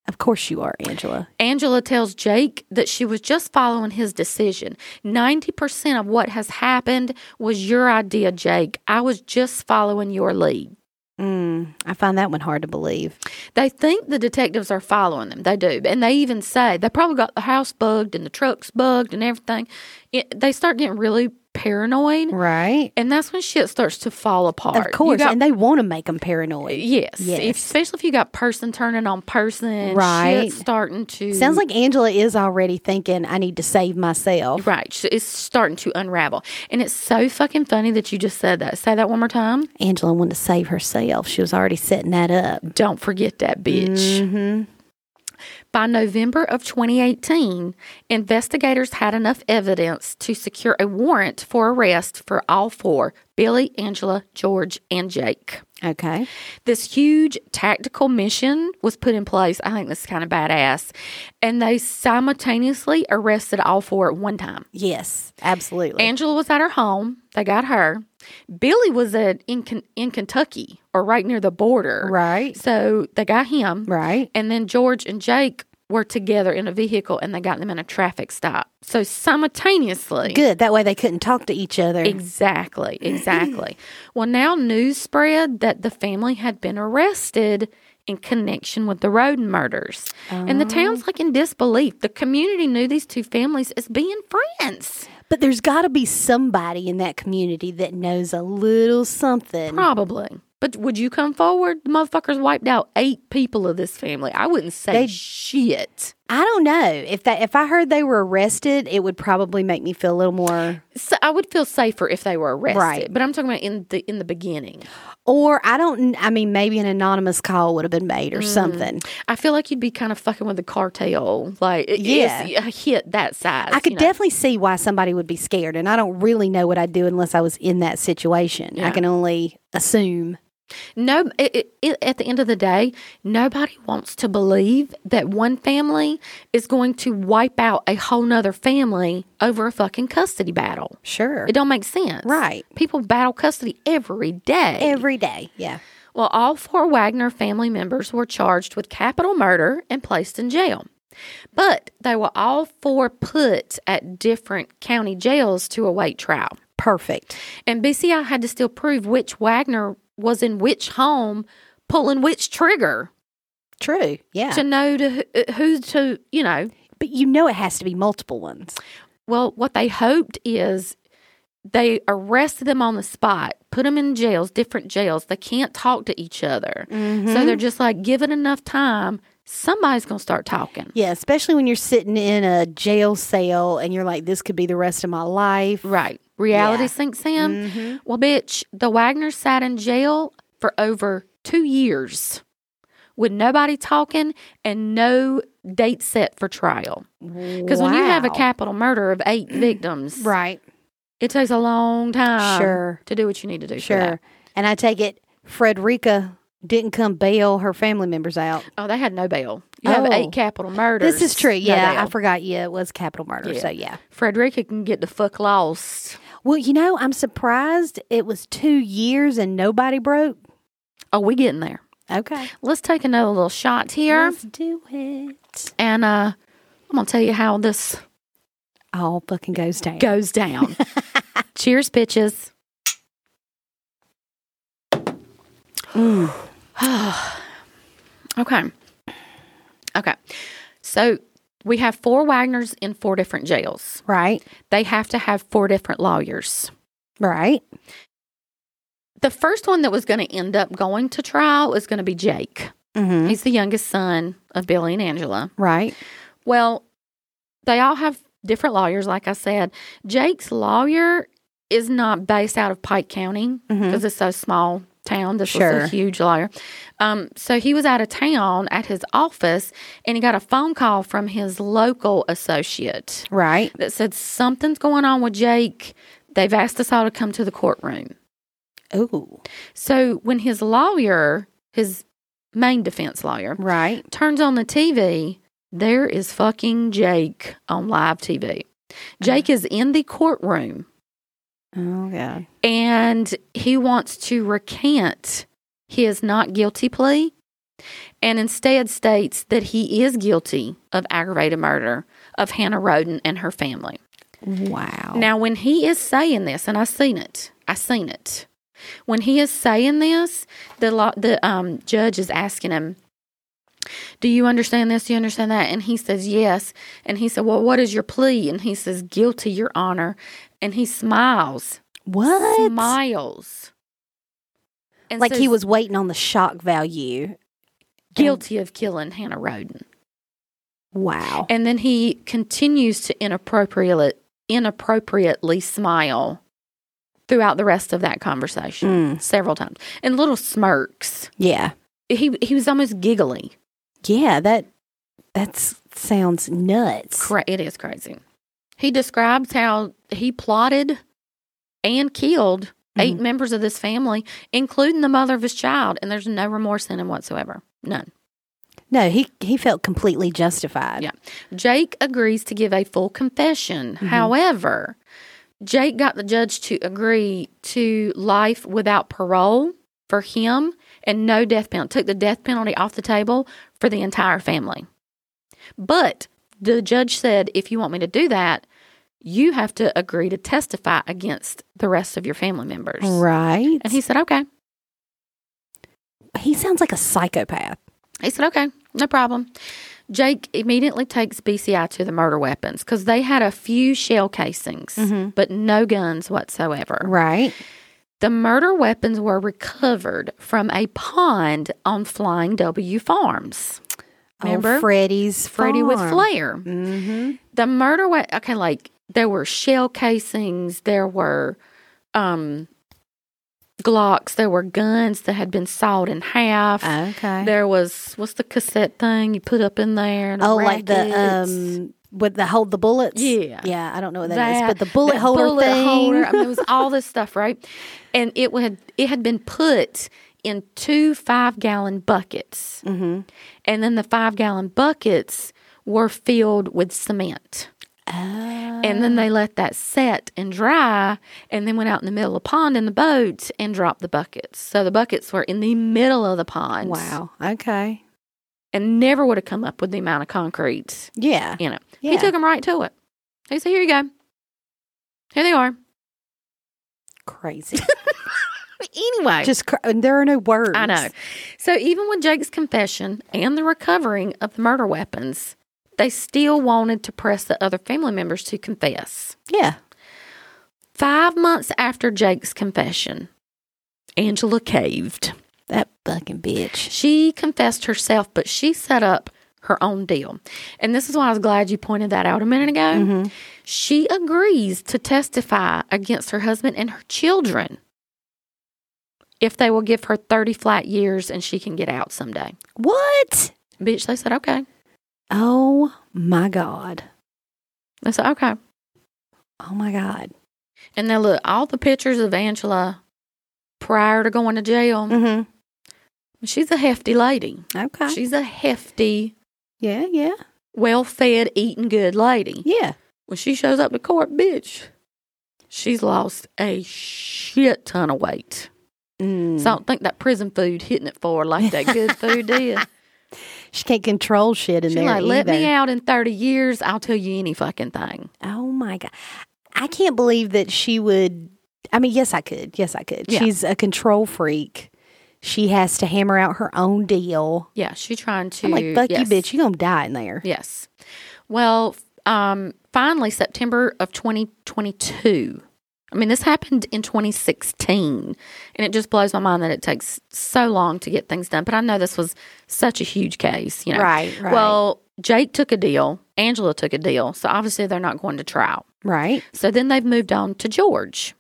B: Of course you are, Angela.
A: Angela tells Jake that she was just following his decision. 90% of what has happened was your idea, Jake. I was just following your lead.
B: Mm, I find that one hard to believe.
A: They think the detectives are following them. They do. And they even say they probably got the house bugged and the trucks bugged and everything. It, they start getting really paranoid.
B: Right.
A: And that's when shit starts to fall apart.
B: Of
A: You
B: course.
A: got-
B: and they want to make them paranoid.
A: yes.
B: Yes.
A: If- especially if you got person turning on person.
B: Right.
A: Shit starting to.
B: Sounds like Angela is already thinking, I need to save myself.
A: Right. So It's starting to unravel. And it's so fucking funny that you just said that. Say that one more time.
B: Angela wanted to save herself. She was already setting that up.
A: Don't forget that bitch. Mm-hmm. By November of 2018, investigators had enough evidence to secure a warrant for arrest for all four Billy, Angela, George, and Jake.
B: Okay.
A: This huge tactical mission was put in place. I think that's kind of badass. And they simultaneously arrested all four at one time.
B: Yes, absolutely.
A: Angela was at her home. They got her. Billy was at, in, Ken- in Kentucky or right near the border.
B: right.
A: So they got him.
B: Right.
A: And then George and Jake were together in a vehicle and they got them in a traffic stop. So simultaneously.
B: Good. That way they couldn't talk to each other.
A: Exactly, exactly. well, now news spread that the family had been arrested in connection with the road murders. And the
B: Oh.
A: town's like in disbelief. The community knew these two families as being friends.
B: but there's got to be somebody in that community that knows a little something.
A: Probably. But would you come forward? The motherfuckers wiped out eight people of this family. I wouldn't say
B: They-
A: shit.
B: I don't know if that if I heard they were arrested, it would probably make me feel a little more.
A: So I would feel safer if they were arrested.
B: Right.
A: But I'm talking about in the in the beginning.
B: Or I don't. I mean, maybe an anonymous call would have been made or something.
A: I feel like you'd be kind of fucking with the cartel. Like it- it's a hit that size.
B: I could
A: you know?
B: definitely see why somebody would be scared, and I don't really know what I'd do unless I was in that situation. I
A: Yeah.
B: can only assume.
A: No, it, it, it, at the end of the day, nobody wants to believe that one family is going to wipe out a whole nother family over a fucking custody battle.
B: Sure.
A: It don't make sense.
B: Right.
A: People battle custody every day.
B: Every day. Yeah.
A: well, all four Wagner family members were charged with capital murder and placed in jail. But they were all four put at different county jails to await trial.
B: Perfect.
A: And BCI had to still prove which Wagner was in which home, pulling which trigger
B: True. Yeah.
A: to know to who, who to, you know.
B: but you know it has to be multiple ones.
A: Well, what they hoped is they arrested them on the spot, put them in jails, different jails. They can't talk to each other.
B: Mm-hmm.
A: So they're just like, given enough time, somebody's going to start talking.
B: Yeah, especially when you're sitting in a jail cell and you're like, this could be the rest of my life.
A: Right. Reality
B: Yeah. Mm-hmm.
A: sinks in. Well, bitch, the Wagner sat in jail for over two years with nobody talking and no date set for trial. Because when you have a capital murder of eight victims,
B: Right.
A: it takes a long time
B: Sure.
A: to do what you need to do. for
B: Sure.
A: that.
B: And I take it Frederica didn't come bail her family members out.
A: Oh, they had no bail. You have
B: Oh.
A: eight capital murders.
B: This is true.
A: no
B: Yeah,
A: bail.
B: I forgot. Yeah, it was capital murder. So, yeah.
A: Frederica can get the fuck lost.
B: Well, you know, I'm surprised it was two years and nobody broke.
A: Oh, we getting there.
B: Okay.
A: Let's take another little shot here.
B: Let's do it.
A: And uh, I'm going to tell you how this
B: All fucking goes down.
A: goes down. Cheers, bitches. okay. Okay. So we have four Wagners in four different jails.
B: Right.
A: They have to have four different lawyers.
B: Right.
A: The first one that was going to end up going to trial is going to be Jake.
B: Mm-hmm.
A: He's the youngest son of Billy and Angela.
B: Right.
A: Well, they all have different lawyers, like I said. Jake's lawyer is not based out of Pike County because it's so small town. This was
B: Mm-hmm. Sure.
A: a huge lawyer. Um, so he was out of town at his office and he got a phone call from his local associate
B: Right.
A: that said something's going on with Jake. They've asked us all to come to the courtroom.
B: Ooh.
A: So when his lawyer, his main defense lawyer,
B: Right.
A: turns on the TV, there is fucking Jake on live TV. Jake is in the courtroom
B: Oh, God.
A: and he wants to recant his not guilty plea and instead states that he is guilty of aggravated murder of Hannah Roden and her family.
B: Wow.
A: Now, when he is saying this, and I seen it, I seen it. When he is saying this, the law, the um, judge is asking him, "Do you understand this? Do you understand that?" And he says, "Yes." And he said, "Well, what is your plea?" And he says, "Guilty, Your Honor." And he smiles,
B: what?
A: smiles, and
B: like he
A: says,
B: was waiting on the shock value.
A: guilty of killing Hannah Roden.
B: Wow.
A: And then he continues to inappropriately inappropriately smile throughout the rest of that conversation several times. And little smirks.
B: Mm, Yeah.
A: He he was almost giggly.
B: Yeah. That That sounds nuts.
A: Cra- it is crazy. He describes how he plotted and killed eight
B: Mhm.
A: members of this family, including the mother of his child, and there's no remorse in him whatsoever. None.
B: No, he he felt completely justified.
A: Yeah. Jake agrees to give a full confession. However, Jake got the judge to agree to life without parole for him and no death penalty. Took the death penalty off the table for the entire family. But the judge said, if you want me to do that, you have to agree to testify against the rest of your family members.
B: Right.
A: And he said, okay.
B: he sounds like a psychopath.
A: He said, okay, no problem. Jake immediately takes BCI to the murder weapons because they had a few shell casings,
B: Mhm.
A: but no guns whatsoever.
B: Right.
A: The murder weapons were recovered from a pond on Flying W Farms. Remember?
B: Old Freddy's
A: Freddie with
B: farm.
A: Flair.
B: Mhm.
A: The murder we- okay, like there were shell casings, there were um Glocks, there were guns that had been sawed in half.
B: Okay.
A: There was what's the cassette thing you put up in there? and
B: oh, like the
A: rackets?
B: um with the hold the bullets.
A: Yeah.
B: Yeah, I don't know what that is,
A: That-
B: but the bullet
A: that
B: holder
A: bullet
B: thing.
A: holder. I mean, it was all this stuff, right? And it had it had been put in two five gallon buckets,
B: Mhm.
A: and then the five gallon buckets were filled with cement.
B: Oh.
A: And then they let that set and dry, and then went out in the middle of the pond in the boat and dropped the buckets. So the buckets were in the middle of the pond.
B: wow. Okay.
A: And never would have come up with the amount of concrete
B: Yeah.
A: you know, he
B: Yeah.
A: took them right to it. He said, "Here you go. Here they are."
B: Crazy.
A: Anyway,
B: Just cr- and there are no words.
A: I know. So even with Jake's confession and the recovering of the murder weapons, they still wanted to press the other family members to confess.
B: Yeah.
A: Five months after Jake's confession, Angela caved.
B: That fucking bitch.
A: She confessed herself, but she set up her own deal. And this is why I was glad you pointed that out a minute ago.
B: Mm-hmm.
A: She agrees to testify against her husband and her children if they will give her 30 flat years and she can get out someday.
B: What?
A: Bitch, they said, okay.
B: Oh my god.
A: They said, okay.
B: Oh my god.
A: And now look, all the pictures of Angela prior to going to jail,
B: Mhm.
A: she's a hefty lady.
B: Okay.
A: She's a hefty,
B: yeah, yeah.
A: well fed, eating good lady.
B: Yeah.
A: When she shows up to court, bitch, she's lost a shit ton of weight.
B: Mm.
A: So I don't think that prison food hitting it for her like that good food did.
B: she can't control shit in
A: She's
B: there
A: like, let
B: either.
A: me out in 30 years. I'll tell you any fucking thing.
B: Oh my god. I can't believe that she would I mean, yes I could. Yes I could.
A: Yeah.
B: She's a control freak. She has to hammer out her own deal.
A: Yeah, she trying to.
B: I'm like, fuck
A: yes,
B: you bitch, you gonna die in there.
A: Yes. Well, um, finally, September of 2022. I mean, this happened in 2016, and it just blows my mind that it takes so long to get things done. But I know this was such a huge case, you know.
B: Right, right.
A: Well, Jake took a deal, Angela took a deal, so obviously they're not going to trial.
B: Right.
A: So then they've moved on to George,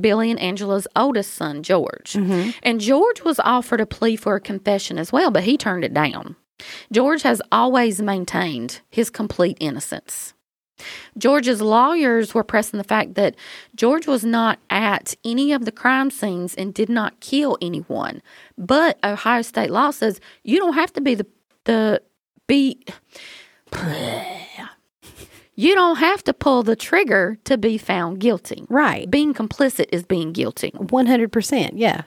A: Billy and Angela's oldest son, George. And George was offered a plea for a confession as well, but he turned it down. George has always maintained his complete innocence. George's lawyers were pressing the fact that George was not at any of the crime scenes and did not kill anyone. But Ohio state law says you don't have to be the the be you don't have to pull the trigger to be found guilty.
B: Right.
A: Being complicit is being guilty.
B: One hundred percent, yeah.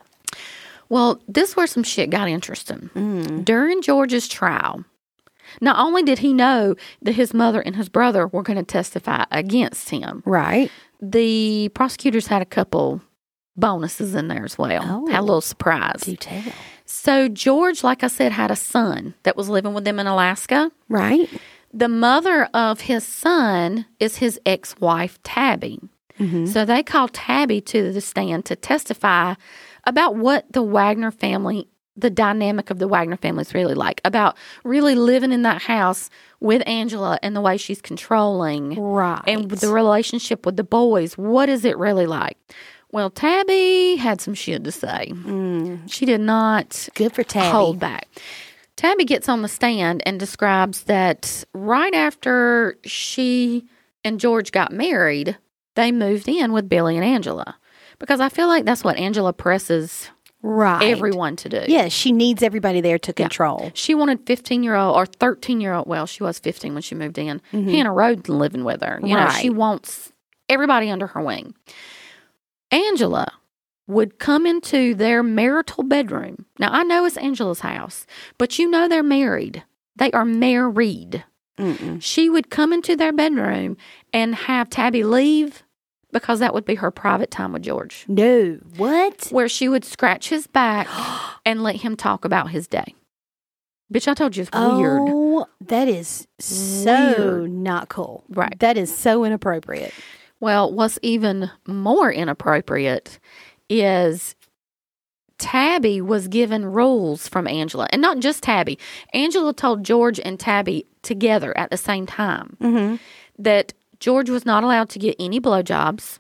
A: Well, this where some shit got interesting. During George's trial, not only did he know that his mother and his brother were going to testify against him,
B: Right.
A: the prosecutors had a couple bonuses in there as well.
B: Oh.
A: Had a little surprise.
B: tell.
A: So George, like I said, had a son that was living with them in Alaska.
B: Right.
A: The mother of his son is his ex-wife Tabby. So they called Tabby to the stand to testify about what the Wagner family, the dynamic of the Wagner family is really like, about really living in that house with Angela and the way she's controlling
B: Right.
A: and with the relationship with the boys. What is it really like? Well, Tabby had some shit to say. She did not
B: good for Tabby.
A: hold back. Tabby gets on the stand and describes that right after she and George got married, they moved in with Billy and Angela. Because I feel like that's what Angela presses
B: Right.
A: everyone to do.
B: Yeah, she needs everybody there to control.
A: She wanted 15 year old or 13 year old. Well, she was 15 when she moved in. Hannah Rhodes living with her. You know, she
B: Right.
A: wants everybody under her wing. Angela would come into their marital bedroom. Now, I know it's Angela's house, but you know they're married. They are married.
B: Mm-mm.
A: She would come into their bedroom and have Tabby leave because that would be her private time with George,
B: No. What?
A: where she would scratch his back and let him talk about his day. Bitch, I told you it's weird.
B: Oh, that is so
A: Weird.
B: not cool.
A: Right.
B: That is so inappropriate.
A: Well, what's even more inappropriate is Tabby was given rules from Angela, and not just Tabby. Angela told George and Tabby together at the same time
B: Mm-hmm.
A: that George was not allowed to get any blowjobs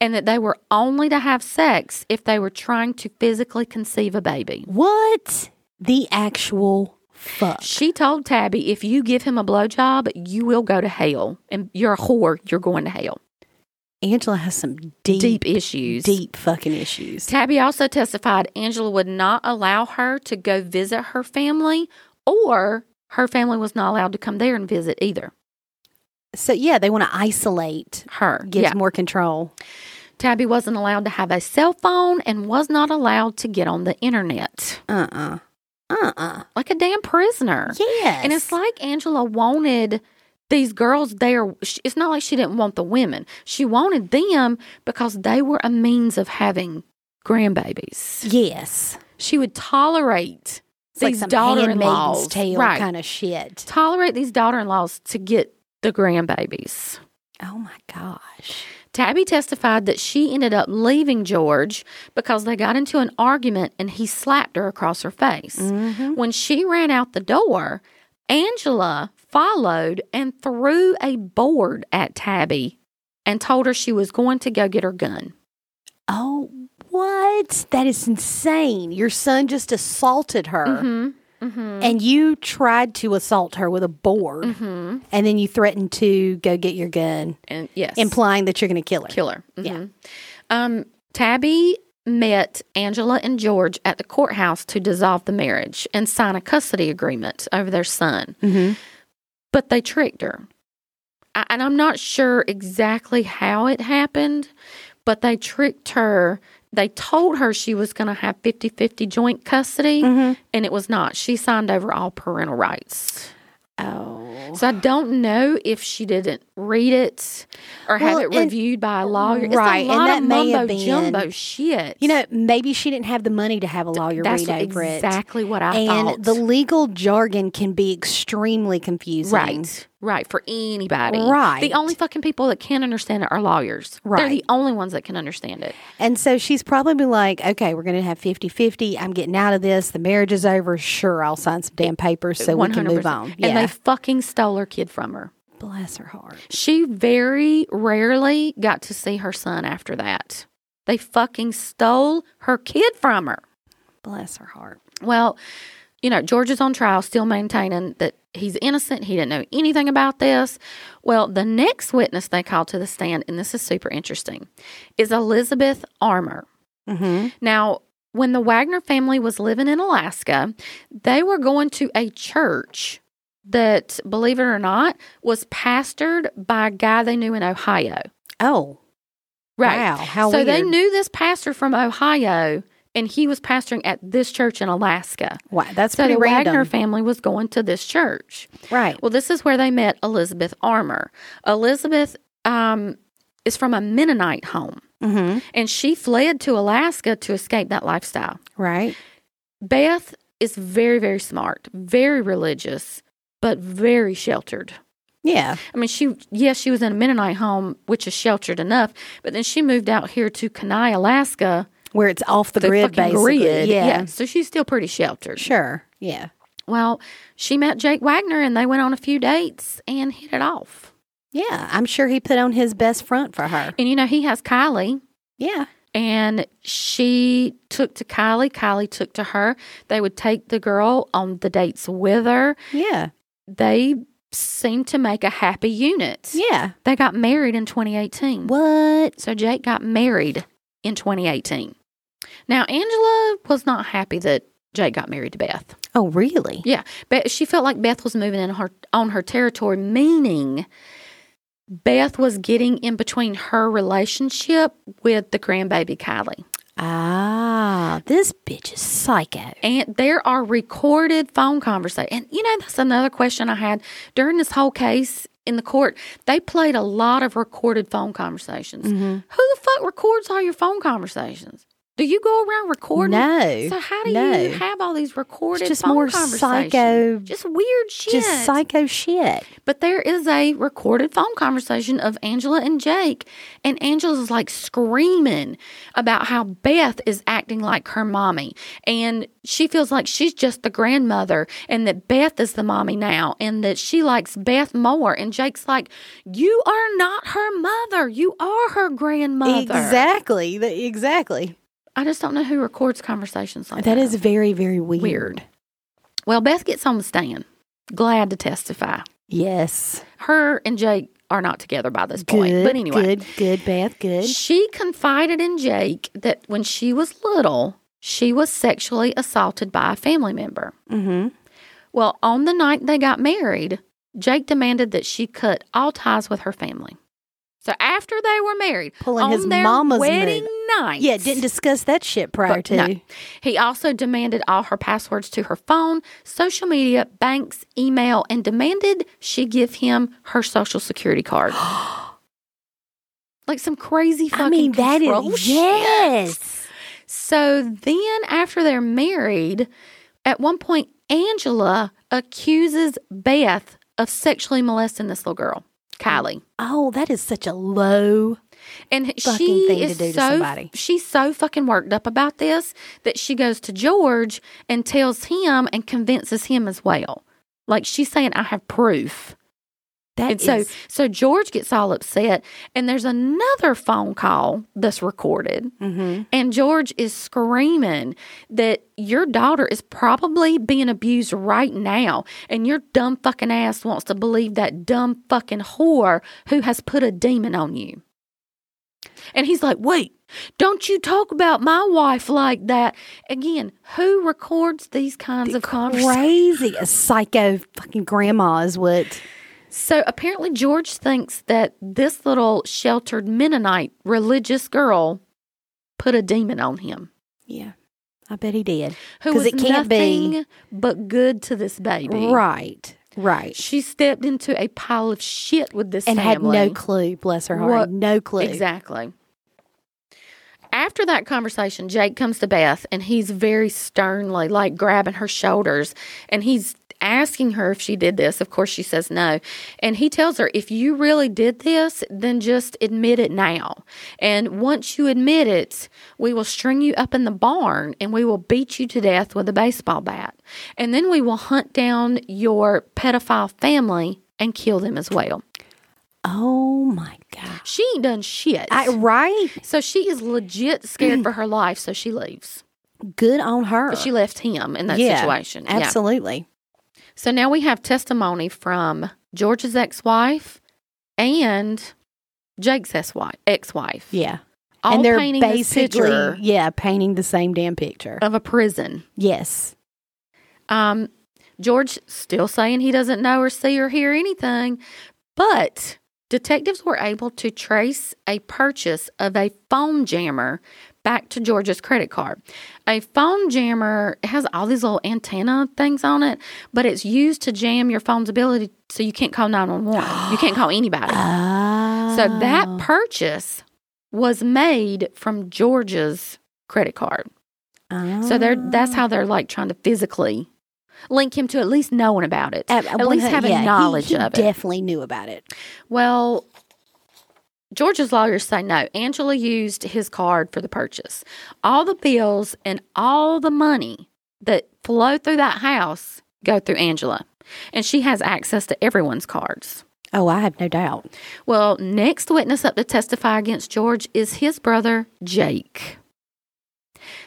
A: and that they were only to have sex if they were trying to physically conceive a baby.
B: What the actual fuck?
A: She told Tabby, if you give him a blowjob, you will go to hell. And you're a whore, you're going to hell.
B: Angela has some deep,
A: Deep
B: deep,
A: issues.
B: fucking issues.
A: Tabby also testified Angela would not allow her to go visit her family, or her family was not allowed to come there and visit either.
B: So yeah, they want to isolate,
A: Her.
B: gives
A: yeah.
B: more control.
A: Tabby wasn't allowed to have a cell phone and was not allowed to get on the internet
B: Uh-uh. Uh-uh.
A: like a damn prisoner.
B: Yes.
A: And it's like Angela wanted these girls there. sh- It's not like she didn't want the women, she wanted them because they were a means of having grandbabies.
B: yes.
A: She would tolerate.
B: It's like
A: these
B: some
A: daughter-in-laws.
B: Handmaid's Tale
A: Right.
B: kind of shit.
A: tolerate these daughter in laws to get the grandbabies.
B: Oh my gosh.
A: Tabby testified that she ended up leaving George because they got into an argument and he slapped her across her face. When she ran out the door, Angela followed and threw a board at Tabby and told her she was going to go get her gun.
B: Oh, what? That is insane. Your son just assaulted her.
A: Mm-hmm.
B: And you tried to assault her with a board.
A: Mm-hmm.
B: And then you threatened to go get your gun,
A: And yes,
B: implying that you're going to kill her.
A: killer. Mm-hmm.
B: Yeah.
A: Um, Tabby met Angela and George at the courthouse to dissolve the marriage and sign a custody agreement over their son,
B: Mm-hmm.
A: but they tricked her. I, and I'm not sure exactly how it happened, but they tricked her. They told her she was going to have 50 50 joint custody,
B: Mm-hmm.
A: and it was not. She signed over all parental rights.
B: Oh.
A: So I don't know if she didn't read it or have
B: Well,
A: it
B: and-
A: reviewed by a lawyer. It's
B: right,
A: a
B: and
A: lot
B: that
A: of
B: may
A: mumbo
B: have been-
A: jumbo shit.
B: You know, maybe she didn't have the money to have a lawyer
A: that's
B: read over it.
A: exactly what I
B: And
A: thought.
B: the legal jargon can be extremely confusing.
A: right, right for anybody.
B: Right.
A: The only fucking people that can understand it are lawyers. They're the
B: Right.
A: only ones that can understand it.
B: And so she's probably been like, okay, we're going to have 50 50. I'm getting out of this. The marriage is over. Sure, I'll sign some damn papers so we can move
A: 100%.
B: on.
A: And they fucking stole her kid from her.
B: bless her heart.
A: She very rarely got to see her son after that. They fucking stole her kid from her.
B: Bless her heart.
A: Well, you know, George is on trial, still maintaining that he's innocent. He didn't know anything about this. Well, the next witness they called to the stand, and this is super interesting, is Elizabeth Armour.
B: Mm-hmm.
A: Now, when the Wagner family was living in Alaska, they were going to a church that, believe it or not, was pastored by a guy they knew in Ohio.
B: Oh,
A: Right.
B: wow. How
A: so
B: weird.
A: they knew this pastor from Ohio, and he was pastoring at this church in Alaska.
B: Wow, that's
A: So
B: pretty
A: the
B: random.
A: Wagner family was going to this church.
B: right.
A: Well, this is where they met Elizabeth Armour. Elizabeth um, is from a Mennonite home,
B: Mm-hmm.
A: and she fled to Alaska to escape that lifestyle.
B: Right.
A: Beth is very, very smart, very religious, but very sheltered.
B: Yeah.
A: I mean, she, yes, she was in a Mennonite home, which is sheltered enough, but then she moved out here to Kenai, Alaska,
B: Where it's off the,
A: the
B: grid,
A: fucking
B: basically.
A: grid.
B: Yeah.
A: So she's still pretty sheltered.
B: Sure. Yeah.
A: Well, she met Jake Wagner and they went on a few dates and hit it off.
B: Yeah. I'm sure he put on his best front for her.
A: And you know, he has Kylie
B: Yeah.
A: and she took to Kylie. Kylie took to her. They would take the girl on the dates with her.
B: Yeah.
A: They seemed to make a happy unit.
B: Yeah.
A: They got married in 2018.
B: What?
A: So Jake got married in 2018. Now, Angela was not happy that Jake got married to Beth.
B: Oh, really?
A: Yeah, but she felt like Beth was moving in her on her territory, meaning Beth was getting in between her relationship with the grandbaby Kylie.
B: Ah, this bitch is psycho.
A: And there are recorded phone conversations. And you know, that's another question I had during this whole case in the court. They played a lot of recorded phone conversations.
B: Mm-hmm.
A: Who the fuck records all your phone conversations? Do you go around recording?
B: No.
A: So how do
B: no.
A: you have all these recorded
B: just
A: phone
B: more
A: conversations?
B: psycho-
A: just weird shit.
B: Just psycho shit.
A: But there is a recorded phone conversation of Angela and Jake, and Angela's like screaming about how Beth is acting like her mommy, and she feels like she's just the grandmother, and that Beth is the mommy now, and that she likes Beth more. And Jake's like, "You are not her mother. You are her grandmother."
B: Exactly. The- exactly.
A: I just don't know who records conversations like that.
B: That is very, very weird.
A: weird. Well, Beth gets on the stand, glad to testify.
B: Yes.
A: her and Jake are not together by this point. but anyway,
B: Good, good, Beth, good.
A: she confided in Jake that when she was little, she was sexually assaulted by a family member.
B: Mm-hmm.
A: Well, on the night they got married, Jake demanded that she cut all ties with her family. So after they were married,
B: Pulling
A: on
B: his
A: their
B: mama's
A: wedding
B: move.
A: night,
B: Yeah, didn't discuss that shit prior
A: But
B: to.
A: no. He also demanded all her passwords to her phone, social media, banks, email, and demanded she give him her social security card. like some crazy fucking
B: I mean, that
A: control
B: is
A: shit.
B: yes.
A: So then after they're married, at one point Angela accuses Beth of sexually molesting this little girl, Kylie.
B: Oh, that is such a low.
A: And
B: Fucking
A: she
B: thing to
A: is
B: do to
A: so
B: somebody.
A: she's so fucking worked up about this that she goes to George and tells him and convinces him as well. Like she's saying, I have proof.
B: That
A: and so
B: is-
A: so George gets all upset and there's another phone call that's recorded.
B: Mhm.
A: And George is screaming that your daughter is probably being abused right now. And your dumb fucking ass wants to believe that dumb fucking whore who has put a demon on you. And he's like, wait, don't you talk about my wife like that. Again, who records these kinds of conversations?
B: crazy. A psycho fucking grandma is what.
A: So apparently, George thinks that this little sheltered Mennonite religious girl put a demon on him.
B: Yeah, I bet he did.
A: who
B: 'Cause
A: was
B: it can't be-
A: nothing but good to this baby.
B: Right, right.
A: She stepped into a pile of shit with this
B: and
A: family.
B: had no clue. Bless her heart,
A: What-
B: no clue.
A: Exactly. After that conversation, Jake comes to Beth and he's very sternly like grabbing her shoulders and he's asking her if she did this. Of course, she says no. And he tells her, if you really did this, then just admit it now. And once you admit it, we will string you up in the barn and we will beat you to death with a baseball bat. And then we will hunt down your pedophile family and kill them as well.
B: Oh my god.
A: She ain't done shit.
B: I, right.
A: So she is legit scared for her life, so she leaves.
B: Good on her.
A: But she left him in that situation. Yeah.
B: Absolutely.
A: So now we have testimony from George's ex wife and Jake's ex wife.
B: Yeah.
A: All
B: and they're
A: painting this
B: basically
A: picture Uh,
B: yeah painting the same damn picture.
A: of a prison.
B: yes.
A: Um, George still saying he doesn't know or see or hear anything, but detectives were able to trace a purchase of a phone jammer back to George's credit card. A phone jammer has all these little antenna things on it, but it's used to jam your phone's ability so you can't call 911. you can't call anybody.
B: Ah.
A: So that purchase was made from George's credit card. So they're that's how they're like trying to physically link him to at least knowing about it, at, least having knowledge of it.
B: Definitely knew about it.
A: Well, George's lawyers say no. Angela used his card for the purchase. All the bills and all the money that flow through that house go through Angela, and she has access to everyone's cards.
B: Oh, I have no doubt.
A: Well, next witness up to testify against George is his brother, Jake.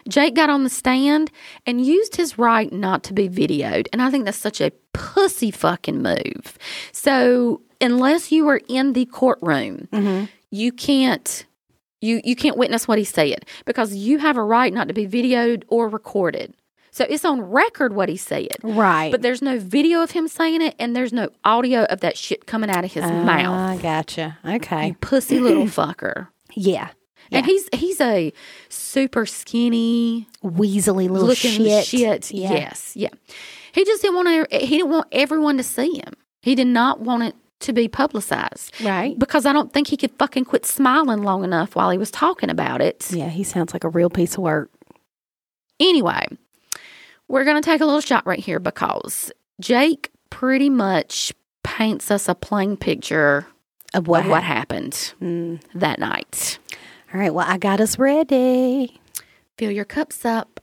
A: Jake got on the stand and used his right not to be videoed. And I think that's such a pussy fucking move. So, unless you are in the courtroom, you can't you you can't witness what he said because you have a right not to be videoed or recorded. So it's on record what he said.
B: Right.
A: But there's no video of him saying it and there's no audio of that shit coming out of his mouth.
B: I Ah, gotcha. Okay.
A: Pussy little fucker.
B: Yeah.
A: And he's he's a super skinny
B: Weaselly little
A: looking
B: shit.
A: shit. Yes. Yeah. He just didn't want to he didn't want everyone to see him. He did not want it to be publicized.
B: Right.
A: Because I don't think he could fucking quit smiling long enough while he was talking about it.
B: Yeah, he sounds like a real piece of work.
A: Anyway, we're going to take a little shot right here because Jake pretty much paints us a plain picture
B: Of what?
A: of what happened
B: Mm.
A: that night.
B: All right. Well, I got us ready.
A: Fill your cups up.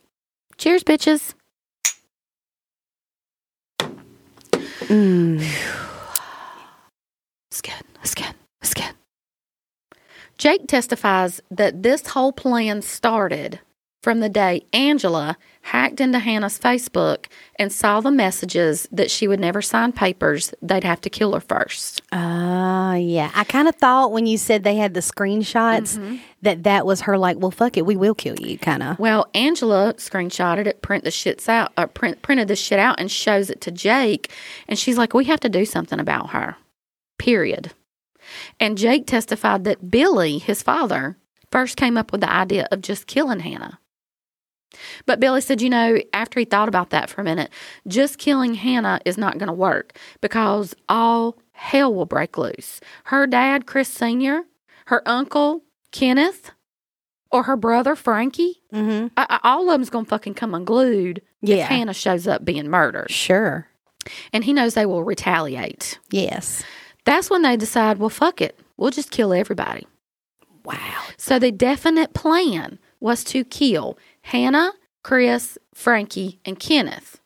A: Cheers, bitches.
B: Mm.
A: It's good. It's good. It's good. Jake testifies that this whole plan started from the day Angela hacked into Hannah's Facebook and saw the messages that she would never sign papers, they'd have to kill her first.
B: Ah, yeah. I kind of thought when you said they had the screenshots
A: Mm-hmm.
B: that that was her like, well, fuck it, we will kill you, kind of.
A: Well, Angela screenshotted it, print the shits out, uh, print printed the shit out, and shows it to Jake, and she's like, "We have to do something about her." Period. And Jake testified that Billy, his father, first came up with the idea of just killing Hannah. But Billy said, you know, after he thought about that for a minute, just killing Hannah is not going to work because all hell will break loose. Her dad, Chris Sr., her uncle, Kenneth, or her brother, Frankie,
B: Mm-hmm.
A: I, I- all of them's gonna fucking come unglued
B: Yeah.
A: if Hannah shows up being murdered,
B: Sure.
A: and he knows they will retaliate.
B: Yes.
A: That's when they decide, well, fuck it, we'll just kill everybody.
B: Wow.
A: So the definite plan was to kill Hannah, Chris, Frankie, and Kenneth.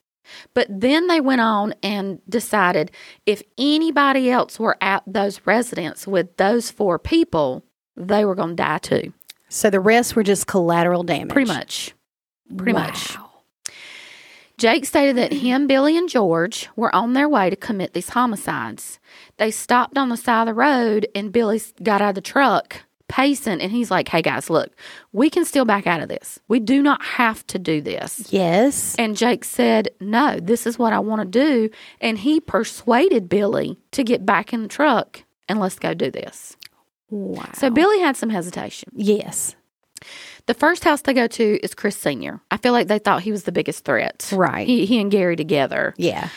A: But then they went on and decided if anybody else were at those residents with those four people, they were gonna die too.
B: So the rest were just collateral damage.
A: Pretty much. pretty much.
B: Wow.
A: Jake stated that him, Billy, and George were on their way to commit these homicides. They stopped on the side of the road, and Billy s- got out of the truck pacing, and he's like, Hey guys, look, we can still back out of this. We do not have to do this.
B: Yes.
A: And Jake said, No, this is what I want to do. And he persuaded Billy to get back in the truck and let's go do this.
B: Wow.
A: So Billy had some hesitation.
B: yes.
A: The first house they go to is Chris Sr. I feel like they thought he was the biggest threat.
B: Right.
A: He, he and Gary together.
B: Yeah.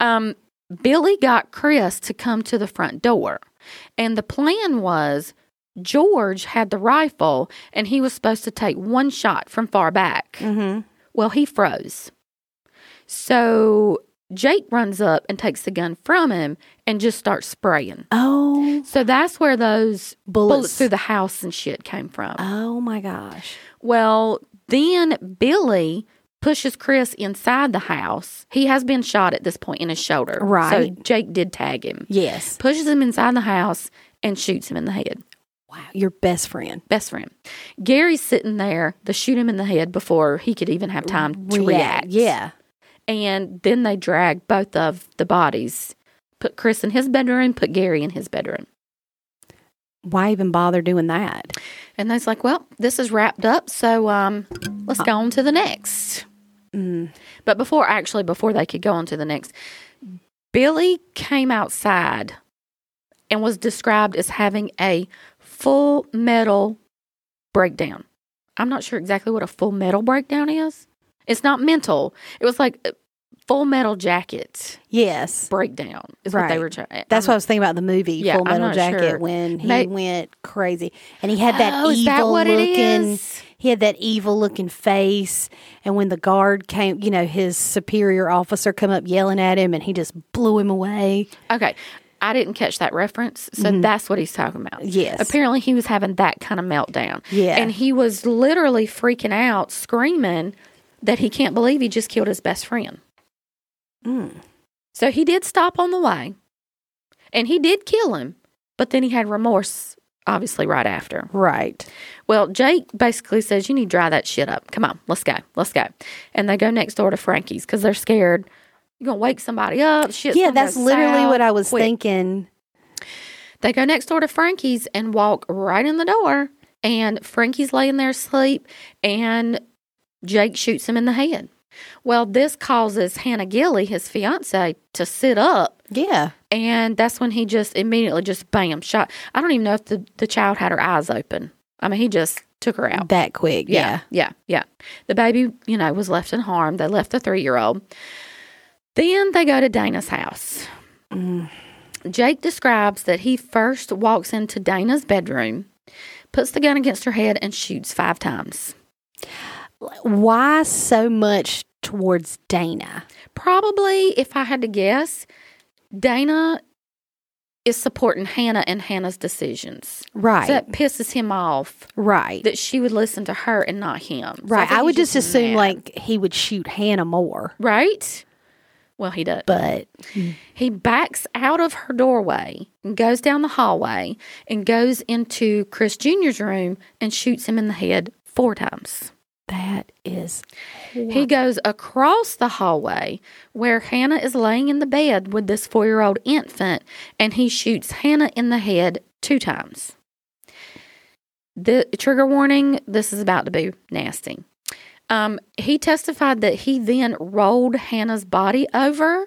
A: um, Billy got Chris to come to the front door. And the plan was George had the rifle and he was supposed to take one shot from far back.
B: Mm-hmm.
A: Well, he froze. So Jake runs up and takes the gun from him and just starts spraying.
B: Oh,
A: So that's where those
B: bullets.
A: bullets through the house and shit came from.
B: Oh my gosh.
A: Well, then Billy pushes Chris inside the house. He has been shot at this point in his shoulder. So
B: Right.
A: Jake did tag him.
B: Yes.
A: Pushes him inside the house and shoots him in the head.
B: Wow. Your best friend.
A: Best friend. Gary's sitting there to shoot him in the head before he could even have time to react.
B: Yeah.
A: And then they drag both of the bodies. Put Chris in his bedroom, put Gary in his bedroom.
B: Why even bother doing that?
A: And they's like, well, this is wrapped up, so um,
B: Uh,
A: let's go on to the next.
B: Mm.
A: But before, actually, before they could go on to the next, Billy came outside and was described as having a full metal breakdown. I'm not sure exactly what a full metal breakdown is. It's not mental. It was like a full metal jacket
B: Yes.
A: breakdown is what they
B: Right.
A: were trying.
B: That's what I was thinking about the movie
A: Yeah,
B: Full
A: I'm
B: Metal
A: not
B: Jacket
A: sure.
B: when he
A: May-
B: went crazy and he had that
A: Oh,
B: evil
A: is that what it
B: looking.
A: is?
B: He had that evil looking face, and when the guard came, you know, his superior officer come up yelling at him, and he just blew him away.
A: Okay. I didn't catch that reference. So that's what he's talking about.
B: Mm-hmm. Yes.
A: Apparently, he was having that kind of meltdown.
B: Yeah.
A: And he was literally freaking out, screaming that he can't believe he just killed his best friend.
B: Mm.
A: So he did stop on the way And he did kill him, but then he had remorse, obviously, right after.
B: Right.
A: Well, Jake basically says, You need to dry that shit up. Come on, let's go, let's go. And they go next door to Frankie's because they're scared. You're going to wake somebody up. Shit.
B: yeah, that's literally what I was
A: quick.
B: thinking.
A: They go next door to Frankie's and walk right in the door. And Frankie's laying there asleep, and Jake shoots him in the head. Well, this causes Hannah Gilly, his fiance, to sit up.
B: Yeah.
A: And that's when he just immediately just bam shot. I don't even know if the, the child had her eyes open. I mean, he just took her out.
B: That quick. Yeah.
A: Yeah. Yeah. The baby, you know, was left unharmed. They left the three year old. Then they go to Dana's house.
B: Mm.
A: Jake describes that he first walks into Dana's bedroom, puts the gun against her head, and shoots five times.
B: Why so much towards Dana?
A: Probably, if I had to guess, Dana is supporting Hannah and Hannah's decisions.
B: Right.
A: So that pisses him off
B: right.
A: that she would listen to her and not him. So
B: right.
A: think
B: I
A: he's
B: would just, assume
A: mad.
B: like he would shoot Hannah more.
A: right? Well, he does.
B: But
A: He backs out of her doorway and goes down the hallway and goes into Chris Jr.'s room and shoots him in the head four times.
B: that is
A: He goes across the hallway where Hannah is laying in the bed with this four year old infant and he shoots Hannah in the head two times. The trigger warning this is about to be nasty. Um, he testified that he then rolled Hannah's body over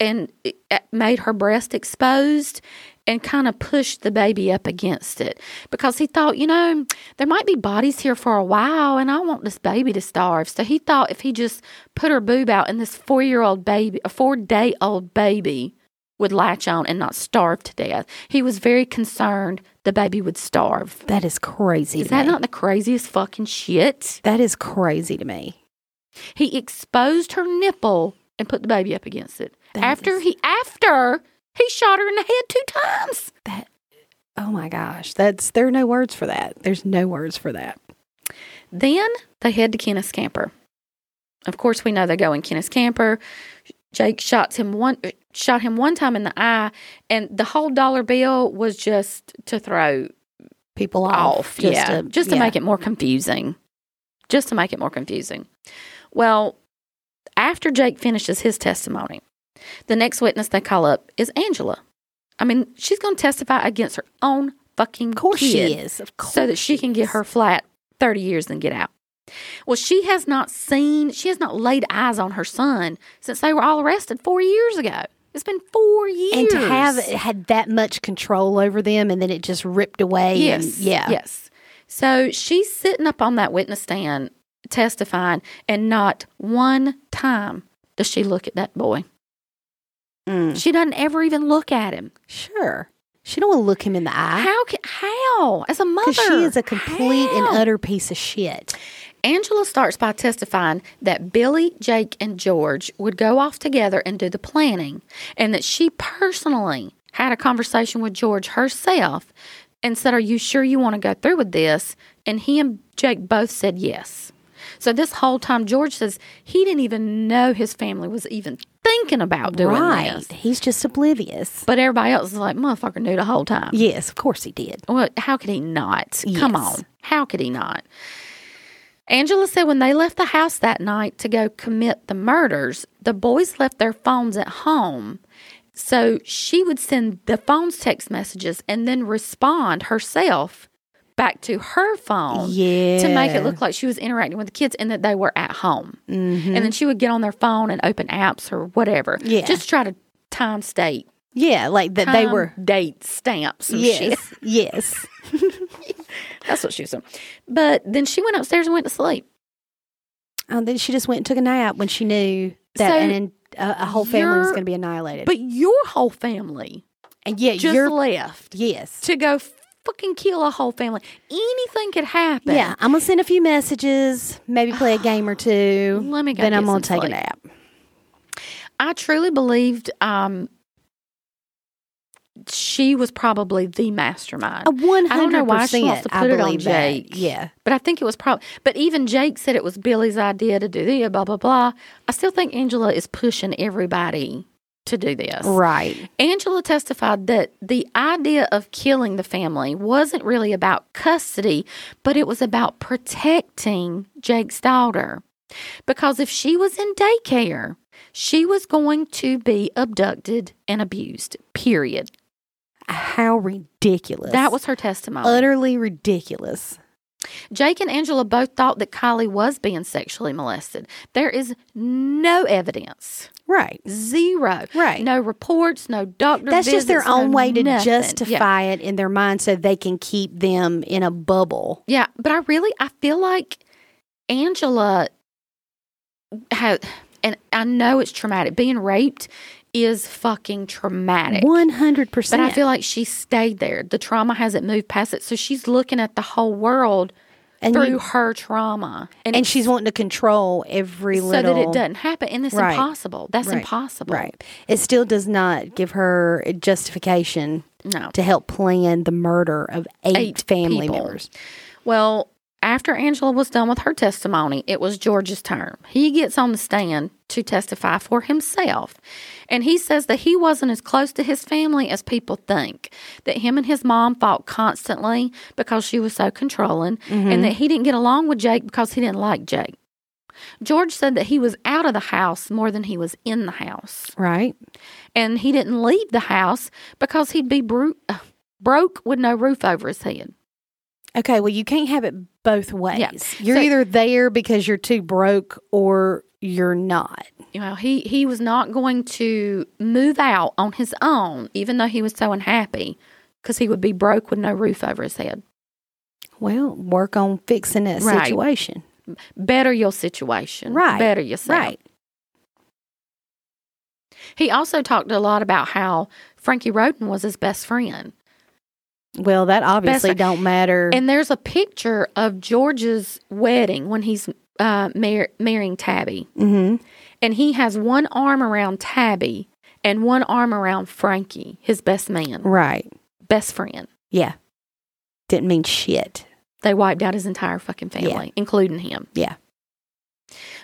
A: and it- it made her breast exposed and kind of pushed the baby up against it because he thought, you know, there might be bodies here for a while and I want this baby to starve. So he thought if he just put her boob out and this four year old baby, a four day old baby would latch on and not starve to death. He was very concerned the baby would starve.
B: that is crazy.
A: Is
B: to
A: that
B: me.
A: not the craziest fucking shit?
B: That is crazy to me.
A: He exposed her nipple and put the baby up against it.
B: That
A: after
B: is-
A: he after he shot her in the head two times.
B: Oh my gosh. That's there are no words for that. There's no words for that.
A: Then they head to Kenneth's camper. Of course, we know they go in Kenneth's camper. Jake shots him one shot him one time in the eye, and the whole dollar bill was just to throw
B: People off.
A: off. yeah. just to
B: yeah.
A: make it more confusing. Just to make it more confusing. Well, after Jake finishes his testimony, the next witness they call up is Angela. I mean, she's going to testify against her own fucking
B: Of course
A: kid
B: she is. Of course.
A: so that she can get
B: is.
A: her flat 30 years and get out. Well, she has not seen, she has not laid eyes on her son since they were all arrested four years ago. It's been four years.
B: and to have had that much control over them and then it just ripped away
A: Yes.
B: and yeah
A: Yes. So she's sitting up on that witness stand testifying, and not one time does she look at that boy.
B: Mm.
A: She doesn't ever even look at him.
B: sure she don't want to look him in the eye
A: How can, how? As a mother.
B: because she is a complete and
A: how?
B: utter piece of shit
A: Angela starts by testifying that Billy, Jake, and George would go off together and do the planning, and that she personally had a conversation with George herself and said, Are you sure you want to go through with this? And he and Jake both said yes. So this whole time, George says he didn't even know his family was even thinking about doing
B: right
A: this.
B: he's just oblivious
A: But everybody else is like, motherfucker knew the whole time.
B: yes of course he did
A: Well, how could he not? Come
B: Yes.
A: on. How could he not? Angela said when they left the house that night to go commit the murders, the boys left their phones at home. So she would send the phone's text messages and then respond herself back to her phone to make
B: Yeah.
A: it look like she was interacting with the kids and that they were at home.
B: Mhm.
A: And then she would get on their phone and open apps or whatever.
B: Yeah.
A: Just to try to time state.
B: yeah like that they
A: time,
B: were
A: date stamps and shit.
B: yes yes
A: That's what she was doing. But then she went upstairs and went to sleep.
B: and then she just went and took a nap when she knew that
A: So
B: and uh, a whole family was
A: you're-
B: going to be annihilated
A: But your whole family
B: and yeah
A: just
B: you're
A: left
B: yes
A: to go fucking kill a whole family. Anything could happen.
B: Yeah, I'm gonna send a few messages, maybe play a game or two.
A: Let me go
B: Then
A: get
B: I'm gonna
A: some
B: take a
A: sleep.
B: nap.
A: I truly believed um, she was probably the mastermind.
B: A one
A: I don't know
B: hundred
A: why she wants
B: percent.
A: to
B: I
A: put it on
B: believe that.
A: Jake.
B: Yeah,
A: But I think it was probably, but even Jake said it was Billy's idea to do this, blah, blah, blah. I still think Angela is pushing everybody to do this.
B: Right.
A: Angela testified that the idea of killing the family wasn't really about custody, but it was about protecting Jake's daughter. Because if she was in daycare, she was going to be abducted and abused, period.
B: How ridiculous.
A: That was her testimony.
B: utterly ridiculous.
A: Jake and Angela both thought that Kylie was being sexually molested. There is no evidence,
B: Right.
A: zero.
B: Right.
A: No reports, no doctor
B: That's just their
A: visits, no
B: own way to
A: nothing. Yeah.
B: justify it in their mind so they can keep them in a bubble.
A: Yeah, but I really I feel like Angela has, and I know it's traumatic. Being raped is fucking traumatic.
B: 100%.
A: But I feel like she stayed there. The trauma hasn't moved past it, so she's looking at the whole world
B: and,
A: through
B: you-
A: her trauma,
B: and she's wanting to control every
A: so
B: little.
A: that it doesn't happen. And it's
B: Right.
A: impossible. That's
B: Right.
A: impossible.
B: Right. It still does not give her justification
A: No.
B: to help plan the murder of eight,
A: Eight
B: family
A: people.
B: members.
A: Well, after Angela was done with her testimony, it was George's turn. He gets on the stand to testify for himself. And he says that he wasn't as close to his family as people think, that him and his mom fought constantly because she was so controlling, and that he didn't get along with Jake because he didn't like Jake. George said that he was out of the house more than he was in the house.
B: Right.
A: And he didn't leave the house because he'd be bru- uh, broke with no roof over his head.
B: Okay. Well, you can't have it both ways. You're
A: So-
B: either there because you're too broke or you're not.
A: you know he he was not going to move out on his own even though he was so unhappy because he would be broke with no roof over his head
B: Well, work on fixing that
A: Right.
B: situation.
A: better your situation
B: Right.
A: better yourself
B: Right.
A: he also talked a lot about how frankie roden was his best friend
B: Well, that obviously
A: friend.
B: don't matter.
A: and there's a picture of george's wedding when he's uh, mar- marrying tabby
B: hmm
A: and he has one arm around tabby and one arm around frankie his best man
B: Right.
A: best friend
B: Yeah. Didn't mean shit.
A: They wiped out his entire fucking
B: Yeah.
A: family, including him.
B: Yeah.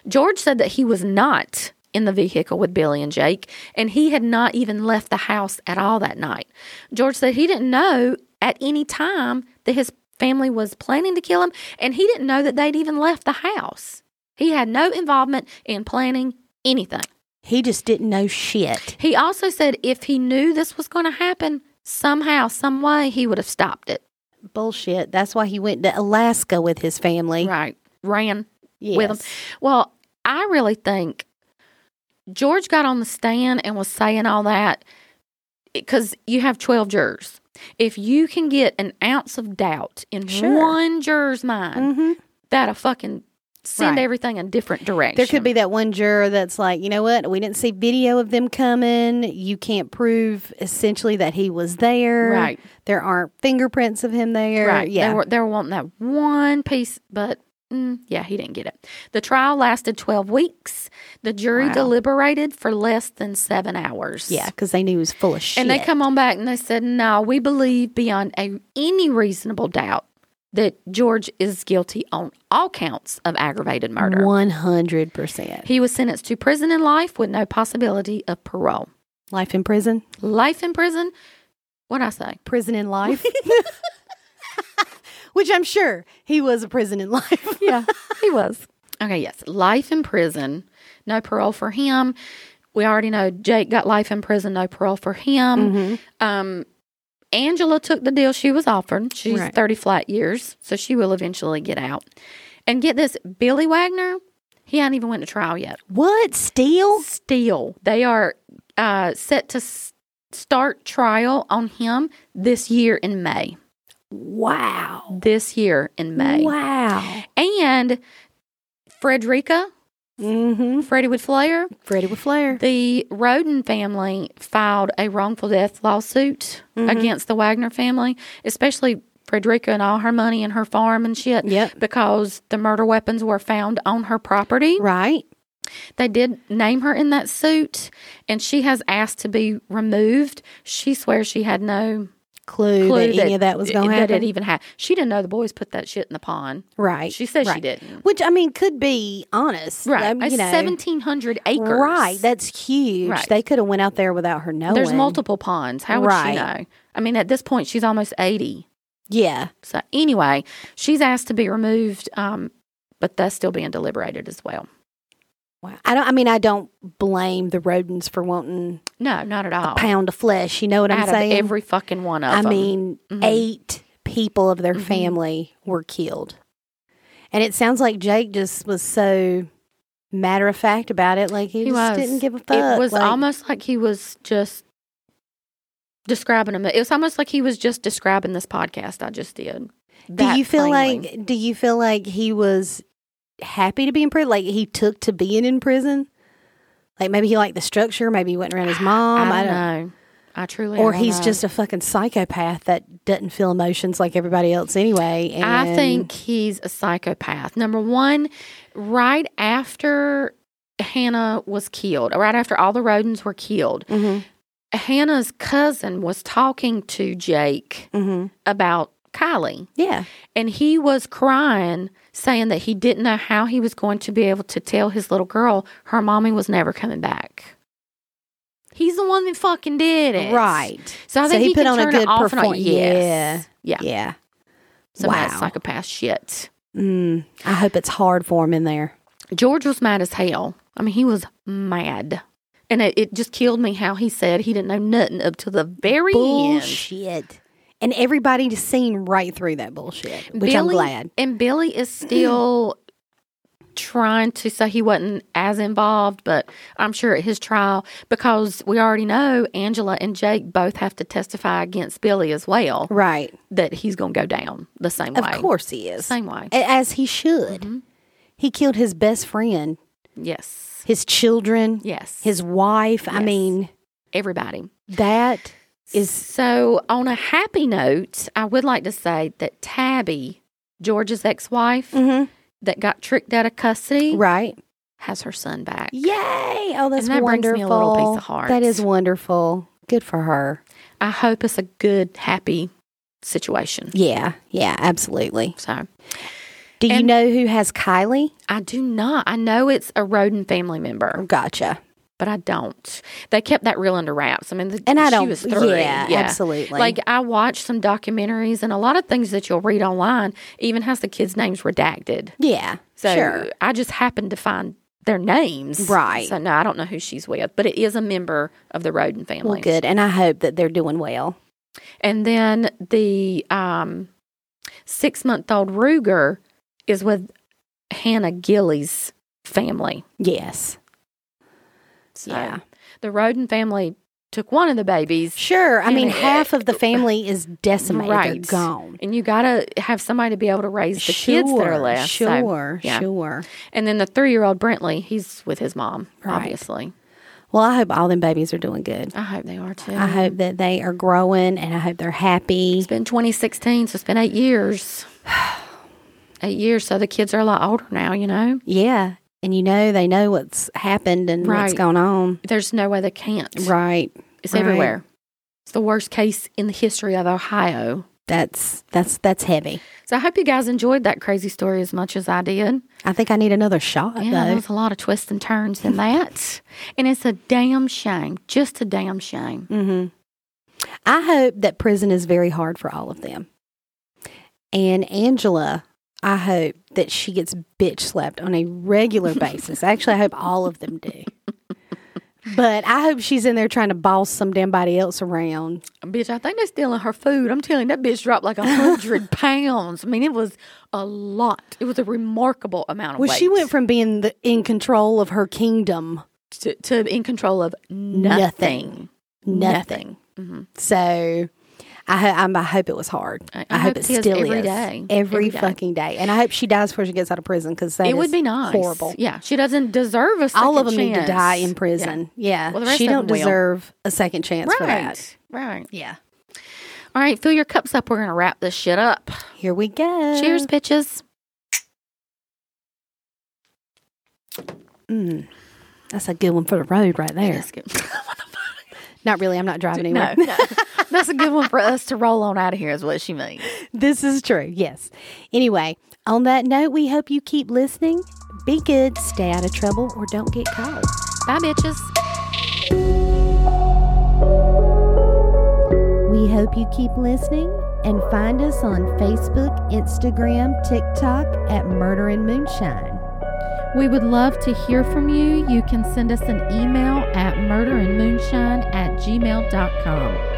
A: George said that he was not in the vehicle with Billy and Jake, and he had not even left the house at all that night. George said he didn't know at any time that his family was planning to kill him, and he didn't know that they'd even left the house. He had no involvement in planning anything.
B: He just didn't know shit.
A: He also said if he knew this was going to happen, somehow, some way, he would have stopped it.
B: Bullshit. That's why he went to Alaska with his family.
A: Right. Ran
B: Yes.
A: with him. Well, I really think George got on the stand and was saying all that because you have 12 jurors. If you can get an ounce of doubt in
B: Sure.
A: one juror's mind,
B: Mm-hmm.
A: that'll fucking send
B: Right.
A: everything a different direction.
B: There could be that one juror that's like, you know what? We didn't see video of them coming. You can't prove essentially that he was there.
A: Right.
B: There aren't fingerprints of him there.
A: Right.
B: Yeah.
A: They were, they were wanting that one piece, but mm, yeah, he didn't get it. The trial lasted 12 weeks. The jury
B: Wow.
A: deliberated for less than seven hours.
B: yeah, because they knew he was full of shit.
A: And they come on back and they said, "No, we believe beyond a, any reasonable doubt that George is guilty on all counts of aggravated murder.
B: One hundred percent.
A: He was sentenced to prison in life with no possibility of parole.
B: Life in prison.
A: Life in prison. What I say?
B: Prison in life. Which I'm sure he was a prison in life.
A: Yeah, he was. Okay, yes, life in prison, no parole for him. We already know Jake got life in prison, no parole for him. Um, Angela took the deal she was offered. She's
B: Right.
A: 30 flat years, so she will eventually get out. And get this, Billy Wagner, he hadn't even went to trial yet.
B: What? Steal?
A: Still, they are uh, set to s- start trial on him this year in May.
B: Wow.
A: This year in May.
B: Wow.
A: And Frederica,
B: Mm-hmm.
A: Freddie with Flair,
B: Freddie with flair.
A: The Roden family filed a wrongful death lawsuit
B: Mm-hmm.
A: against the Wagner family, especially Frederica and all her money and her farm and shit.
B: Yep.
A: Because the murder weapons were found on her property.
B: Right.
A: They did name her in that suit, and she has asked to be removed. She swears she had no
B: clue, that, any of that was going to
A: that
B: happen.
A: it even happened. She didn't know the boys put that shit in the pond.
B: right.
A: She says she
B: right.
A: didn't.
B: Which I mean could be honest.
A: Right.
B: Um, you
A: It's
B: know,
A: 1,700 acres.
B: Right. That's huge.
A: Right.
B: They could have went out there without her knowing.
A: There's multiple ponds. How would
B: Right.
A: she know? I mean, at this point, she's almost 80.
B: Yeah.
A: So, anyway, she's asked to be removed, um, but that's still being deliberated as well.
B: Wow. I don't. I mean, I don't blame the rodents for wanting
A: No, not at
B: a
A: all.
B: pound of flesh. You know what
A: Oh. Out
B: I'm saying?
A: of every fucking one of
B: I
A: them.
B: mean,
A: Mhm.
B: eight people of their
A: Mhm.
B: family were killed, and it sounds like Jake just was so matter of fact about it. Like he,
A: He
B: just
A: was.
B: didn't give a fuck.
A: it was
B: like,
A: almost like he was just describing him. It was almost like he was just describing this podcast I just did.
B: Do
A: That
B: you feel
A: plainly.
B: like? Do you feel like he was happy to be in prison? Like he took to being in prison? Like maybe he liked the structure. Maybe he wasn't around his mom.
A: I don't know. I truly
B: Or
A: don't
B: he's
A: know.
B: just a fucking psychopath that doesn't feel emotions like everybody else anyway. And
A: I think he's a psychopath. Number one, right after Hannah was killed, right after all the rodents were killed,
B: Mhm,
A: Hannah's cousin was talking to Jake
B: mhm.
A: about Kylie.
B: Yeah.
A: And he was crying, saying that he didn't know how he was going to be able to tell his little girl her mommy was never coming back. He's the one that fucking did it.
B: Right.
A: So I
B: So
A: think
B: he
A: he,
B: put
A: can
B: on a
A: turn
B: good
A: it off and on.
B: perform-
A: Yes. Yeah.
B: Yeah.
A: So that's
B: Wow.
A: psychopath shit.
B: Mm, I hope it's hard for him in there.
A: George was mad as hell. I mean, he was mad. And it, it just killed me how he said he didn't know nothing up to the very end.
B: Bullshit. And everybody just seen right through that bullshit, which I'm glad.
A: And Billy is still trying to say he wasn't as involved, but I'm sure at his trial, because we already know Angela and Jake both have to testify against Billy as well,
B: Right.
A: that he's going to go down the same way.
B: Of course he is.
A: Same Mm-hmm. way.
B: A- As he should. He killed his best friend,
A: Yes.
B: his children,
A: Yes.
B: his wife. I
A: Yes.
B: mean,
A: Everybody.
B: that is
A: So, on a happy note, I would like to say that Tabby, George's ex wife, that got tricked out of custody,
B: Mm. mm-hmm. right.
A: has her son back.
B: Yay! Oh, that's
A: And that
B: wonderful.
A: brings me a little piece of heart.
B: That is wonderful. Good for her.
A: I hope it's a good, happy situation.
B: Yeah, yeah, absolutely.
A: So,
B: Do you
A: And-
B: know who has Kylie?
A: I do not. I know it's a Roden family member,
B: Gotcha.
A: but I don't. They kept that real under wraps. I mean, the,
B: And I
A: she
B: don't.
A: was three.
B: Yeah, absolutely.
A: Like I watched some documentaries and a lot of things that you'll read online even has the kids' names redacted.
B: yeah,
A: So
B: sure.
A: I just happened to find their names.
B: Right.
A: So no, I don't know who she's with, but it is a member of the Roden family.
B: Well, good. And I hope that they're doing well.
A: And then the um, six month old Ruger is with Hannah Gillies' family.
B: Yes.
A: So
B: Yeah.
A: The Roden family took one of the babies.
B: Sure. I
A: And
B: mean,
A: it-
B: half of the family is decimated. They're
A: Right.
B: gone.
A: And you got to have somebody to be able to raise the kids that are left. So-
B: Sure.
A: yeah.
B: Sure.
A: and then the three year old Brentley, he's with his mom,
B: Right.
A: obviously.
B: Well, I hope all them babies are doing good.
A: I hope they are too.
B: I hope that they are growing and I hope they're happy.
A: It's been 2016, so it's been eight years. Eight years, so the kids are a lot older now, you know?
B: Yeah. And you know, they know what's happened and what's
A: Right.
B: going on.
A: There's no way they can't.
B: Right.
A: It's
B: Right.
A: everywhere. It's the worst case in the history of Ohio.
B: That's that's that's heavy.
A: So I hope you guys enjoyed that crazy story as much as I did.
B: I think I need another shot
A: Yeah, there
B: though.
A: was a lot of twists and turns in that. and it's a damn shame. Just a damn shame.
B: hmm I hope that prison is very hard for all of them. And Angela, I hope that she gets bitch slapped on a regular basis. Actually, I hope all of them do. But I hope she's in there trying to boss some damn body else around.
A: Bitch, I think they're stealing her food. I'm telling you, that bitch dropped like a hundred pounds. I mean, it was a lot. It was a remarkable amount of
B: Well,
A: weight.
B: she went from being the, in control of her kingdom,
A: to, to in control of nothing.
B: nothing.
A: hmm
B: So I, ho- I'm, I hope it was hard. I, hope, it
A: he is
B: still
A: every
B: is
A: day.
B: Every,
A: Every day.
B: fucking day. And I hope she dies before she gets out of prison because that
A: It would
B: is
A: be nice.
B: horrible.
A: Yeah, she doesn't deserve a second
B: All of them need to
A: chance.
B: die in
A: Yeah.
B: prison. Yeah,
A: Well, the rest
B: she
A: of
B: don't
A: 'em will.
B: deserve a second chance for that.
A: Right. Right.
B: Yeah,
A: All right, fill your cups up. We're going to wrap this shit up.
B: here we go.
A: Cheers, bitches.
B: Mm. That's a good one for the road right there.
A: Let's get-
B: Not really. I'm not driving anywhere.
A: No, no. That's a good one for us to roll on out of here, is what she means.
B: This is true. Yes. Anyway, on that note, we hope you keep listening. Be good, stay out of trouble, or don't get caught.
A: Bye, bitches.
B: We hope you keep listening and find us on Facebook, Instagram, TikTok at Murder and Moonshine.
A: We would love to hear from you. You can send us an email at murderandmoonshine at gmail.com.